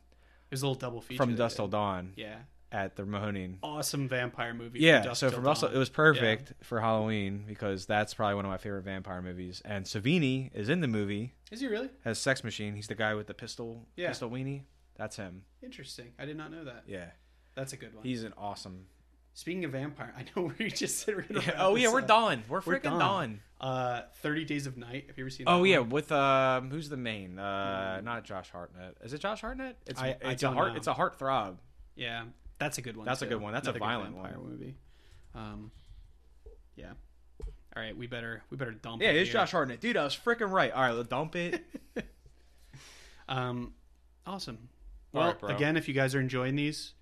[SPEAKER 1] It was a little double feature.
[SPEAKER 2] From
[SPEAKER 1] they
[SPEAKER 2] Dust
[SPEAKER 1] did.
[SPEAKER 2] Till Dawn
[SPEAKER 1] Yeah.
[SPEAKER 2] at the Mahoning.
[SPEAKER 1] Awesome vampire movie.
[SPEAKER 2] Yeah,
[SPEAKER 1] Dust
[SPEAKER 2] so
[SPEAKER 1] Till
[SPEAKER 2] from Dust Till-
[SPEAKER 1] Dawn.
[SPEAKER 2] it was perfect for Halloween because that's probably one of my favorite vampire movies. And Savini is in the movie
[SPEAKER 1] Is he really?
[SPEAKER 2] as Sex Machine. He's the guy with the pistol,
[SPEAKER 1] Yeah.
[SPEAKER 2] pistol weenie. That's him.
[SPEAKER 1] Interesting. I did not know that.
[SPEAKER 2] Yeah,
[SPEAKER 1] That's a good one.
[SPEAKER 2] he's an awesome.
[SPEAKER 1] Speaking of vampire, I know we just said we're gonna. wrap
[SPEAKER 2] oh yeah,
[SPEAKER 1] this
[SPEAKER 2] we're
[SPEAKER 1] up.
[SPEAKER 2] Dawn. We're
[SPEAKER 1] Uh, We're
[SPEAKER 2] freaking Dawn.
[SPEAKER 1] Uh, Thirty Days of Night. Have you ever seen?
[SPEAKER 2] Oh
[SPEAKER 1] that
[SPEAKER 2] yeah,
[SPEAKER 1] one?
[SPEAKER 2] with um, who's the main? Uh, not Josh Hartnett. Is it Josh Hartnett? It's
[SPEAKER 1] I- I
[SPEAKER 2] it's a
[SPEAKER 1] don't
[SPEAKER 2] heart.
[SPEAKER 1] know.
[SPEAKER 2] It's a heart throb.
[SPEAKER 1] yeah. That's a good one.
[SPEAKER 2] That's a
[SPEAKER 1] too.
[SPEAKER 2] good one. That's a
[SPEAKER 1] Another good
[SPEAKER 2] violent
[SPEAKER 1] vampire
[SPEAKER 2] one.
[SPEAKER 1] movie. Um, yeah. All right, we better we better dump.
[SPEAKER 2] Yeah,
[SPEAKER 1] it
[SPEAKER 2] it's
[SPEAKER 1] here.
[SPEAKER 2] Josh Hartnett, dude. I was freaking right. All right, let's dump it.
[SPEAKER 1] Um, awesome.
[SPEAKER 2] All
[SPEAKER 1] Well,
[SPEAKER 2] right, bro.
[SPEAKER 1] again, if you guys are enjoying these,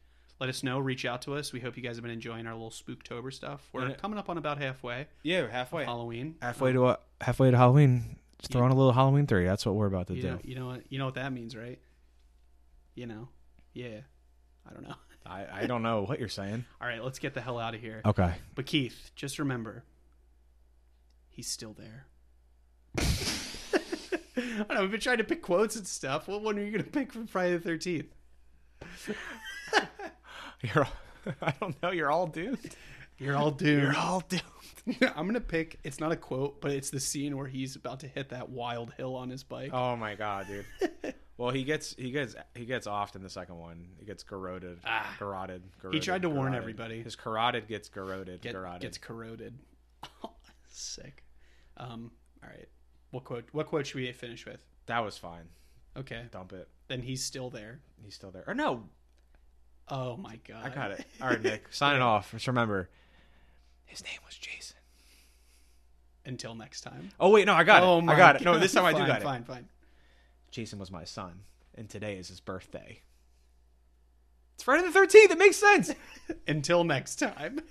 [SPEAKER 1] let us know. Reach out to us. We hope you guys have been enjoying our little Spooktober stuff. We're
[SPEAKER 2] And it-
[SPEAKER 1] coming up on about halfway.
[SPEAKER 2] yeah, halfway.
[SPEAKER 1] Halloween.
[SPEAKER 2] Halfway to uh, halfway to Halloween. Just throw
[SPEAKER 1] Yeah.
[SPEAKER 2] in a little Halloween three. That's what we're about to
[SPEAKER 1] You
[SPEAKER 2] do.
[SPEAKER 1] know, you know what you know what that means, right? You know, yeah. I don't know.
[SPEAKER 2] I, I don't know what you're saying.
[SPEAKER 1] All right, let's get the hell out of here.
[SPEAKER 2] Okay.
[SPEAKER 1] But Keith, just remember, he's still there. I don't know. We've been trying to pick quotes and stuff. What one are you going to pick from Friday the Thirteenth?
[SPEAKER 2] You're all, I don't know. You're all doomed.
[SPEAKER 1] You're all doomed.
[SPEAKER 2] You're all doomed.
[SPEAKER 1] I'm gonna pick. It's not a quote, but it's the scene where he's about to hit that wild hill on his bike.
[SPEAKER 2] Oh my god, dude. Well, he gets he gets he gets offed in the second one. He gets corroded, garroted,
[SPEAKER 1] He tried to
[SPEAKER 2] garroted,
[SPEAKER 1] warn
[SPEAKER 2] garroted.
[SPEAKER 1] everybody.
[SPEAKER 2] His carotid gets corroded,
[SPEAKER 1] Get-
[SPEAKER 2] garroted.
[SPEAKER 1] gets corroded. Sick. Um. All right. What quote? What quote should we finish with?
[SPEAKER 2] that was fine.
[SPEAKER 1] Okay.
[SPEAKER 2] Dump it.
[SPEAKER 1] Then he's still there.
[SPEAKER 2] He's still there. Or no,
[SPEAKER 1] Oh my god.
[SPEAKER 2] I got it. All right, Nick. Signing off. Just remember, his name was Jason.
[SPEAKER 1] Until next time.
[SPEAKER 2] Oh wait, no, I got
[SPEAKER 1] oh
[SPEAKER 2] it.
[SPEAKER 1] my
[SPEAKER 2] I got it. No,
[SPEAKER 1] God.
[SPEAKER 2] this time I do
[SPEAKER 1] Fine,
[SPEAKER 2] got it.
[SPEAKER 1] Fine. Fine.
[SPEAKER 2] Jason was my son, and today is his birthday. It's Friday the 13th. It makes sense.
[SPEAKER 1] Until next time.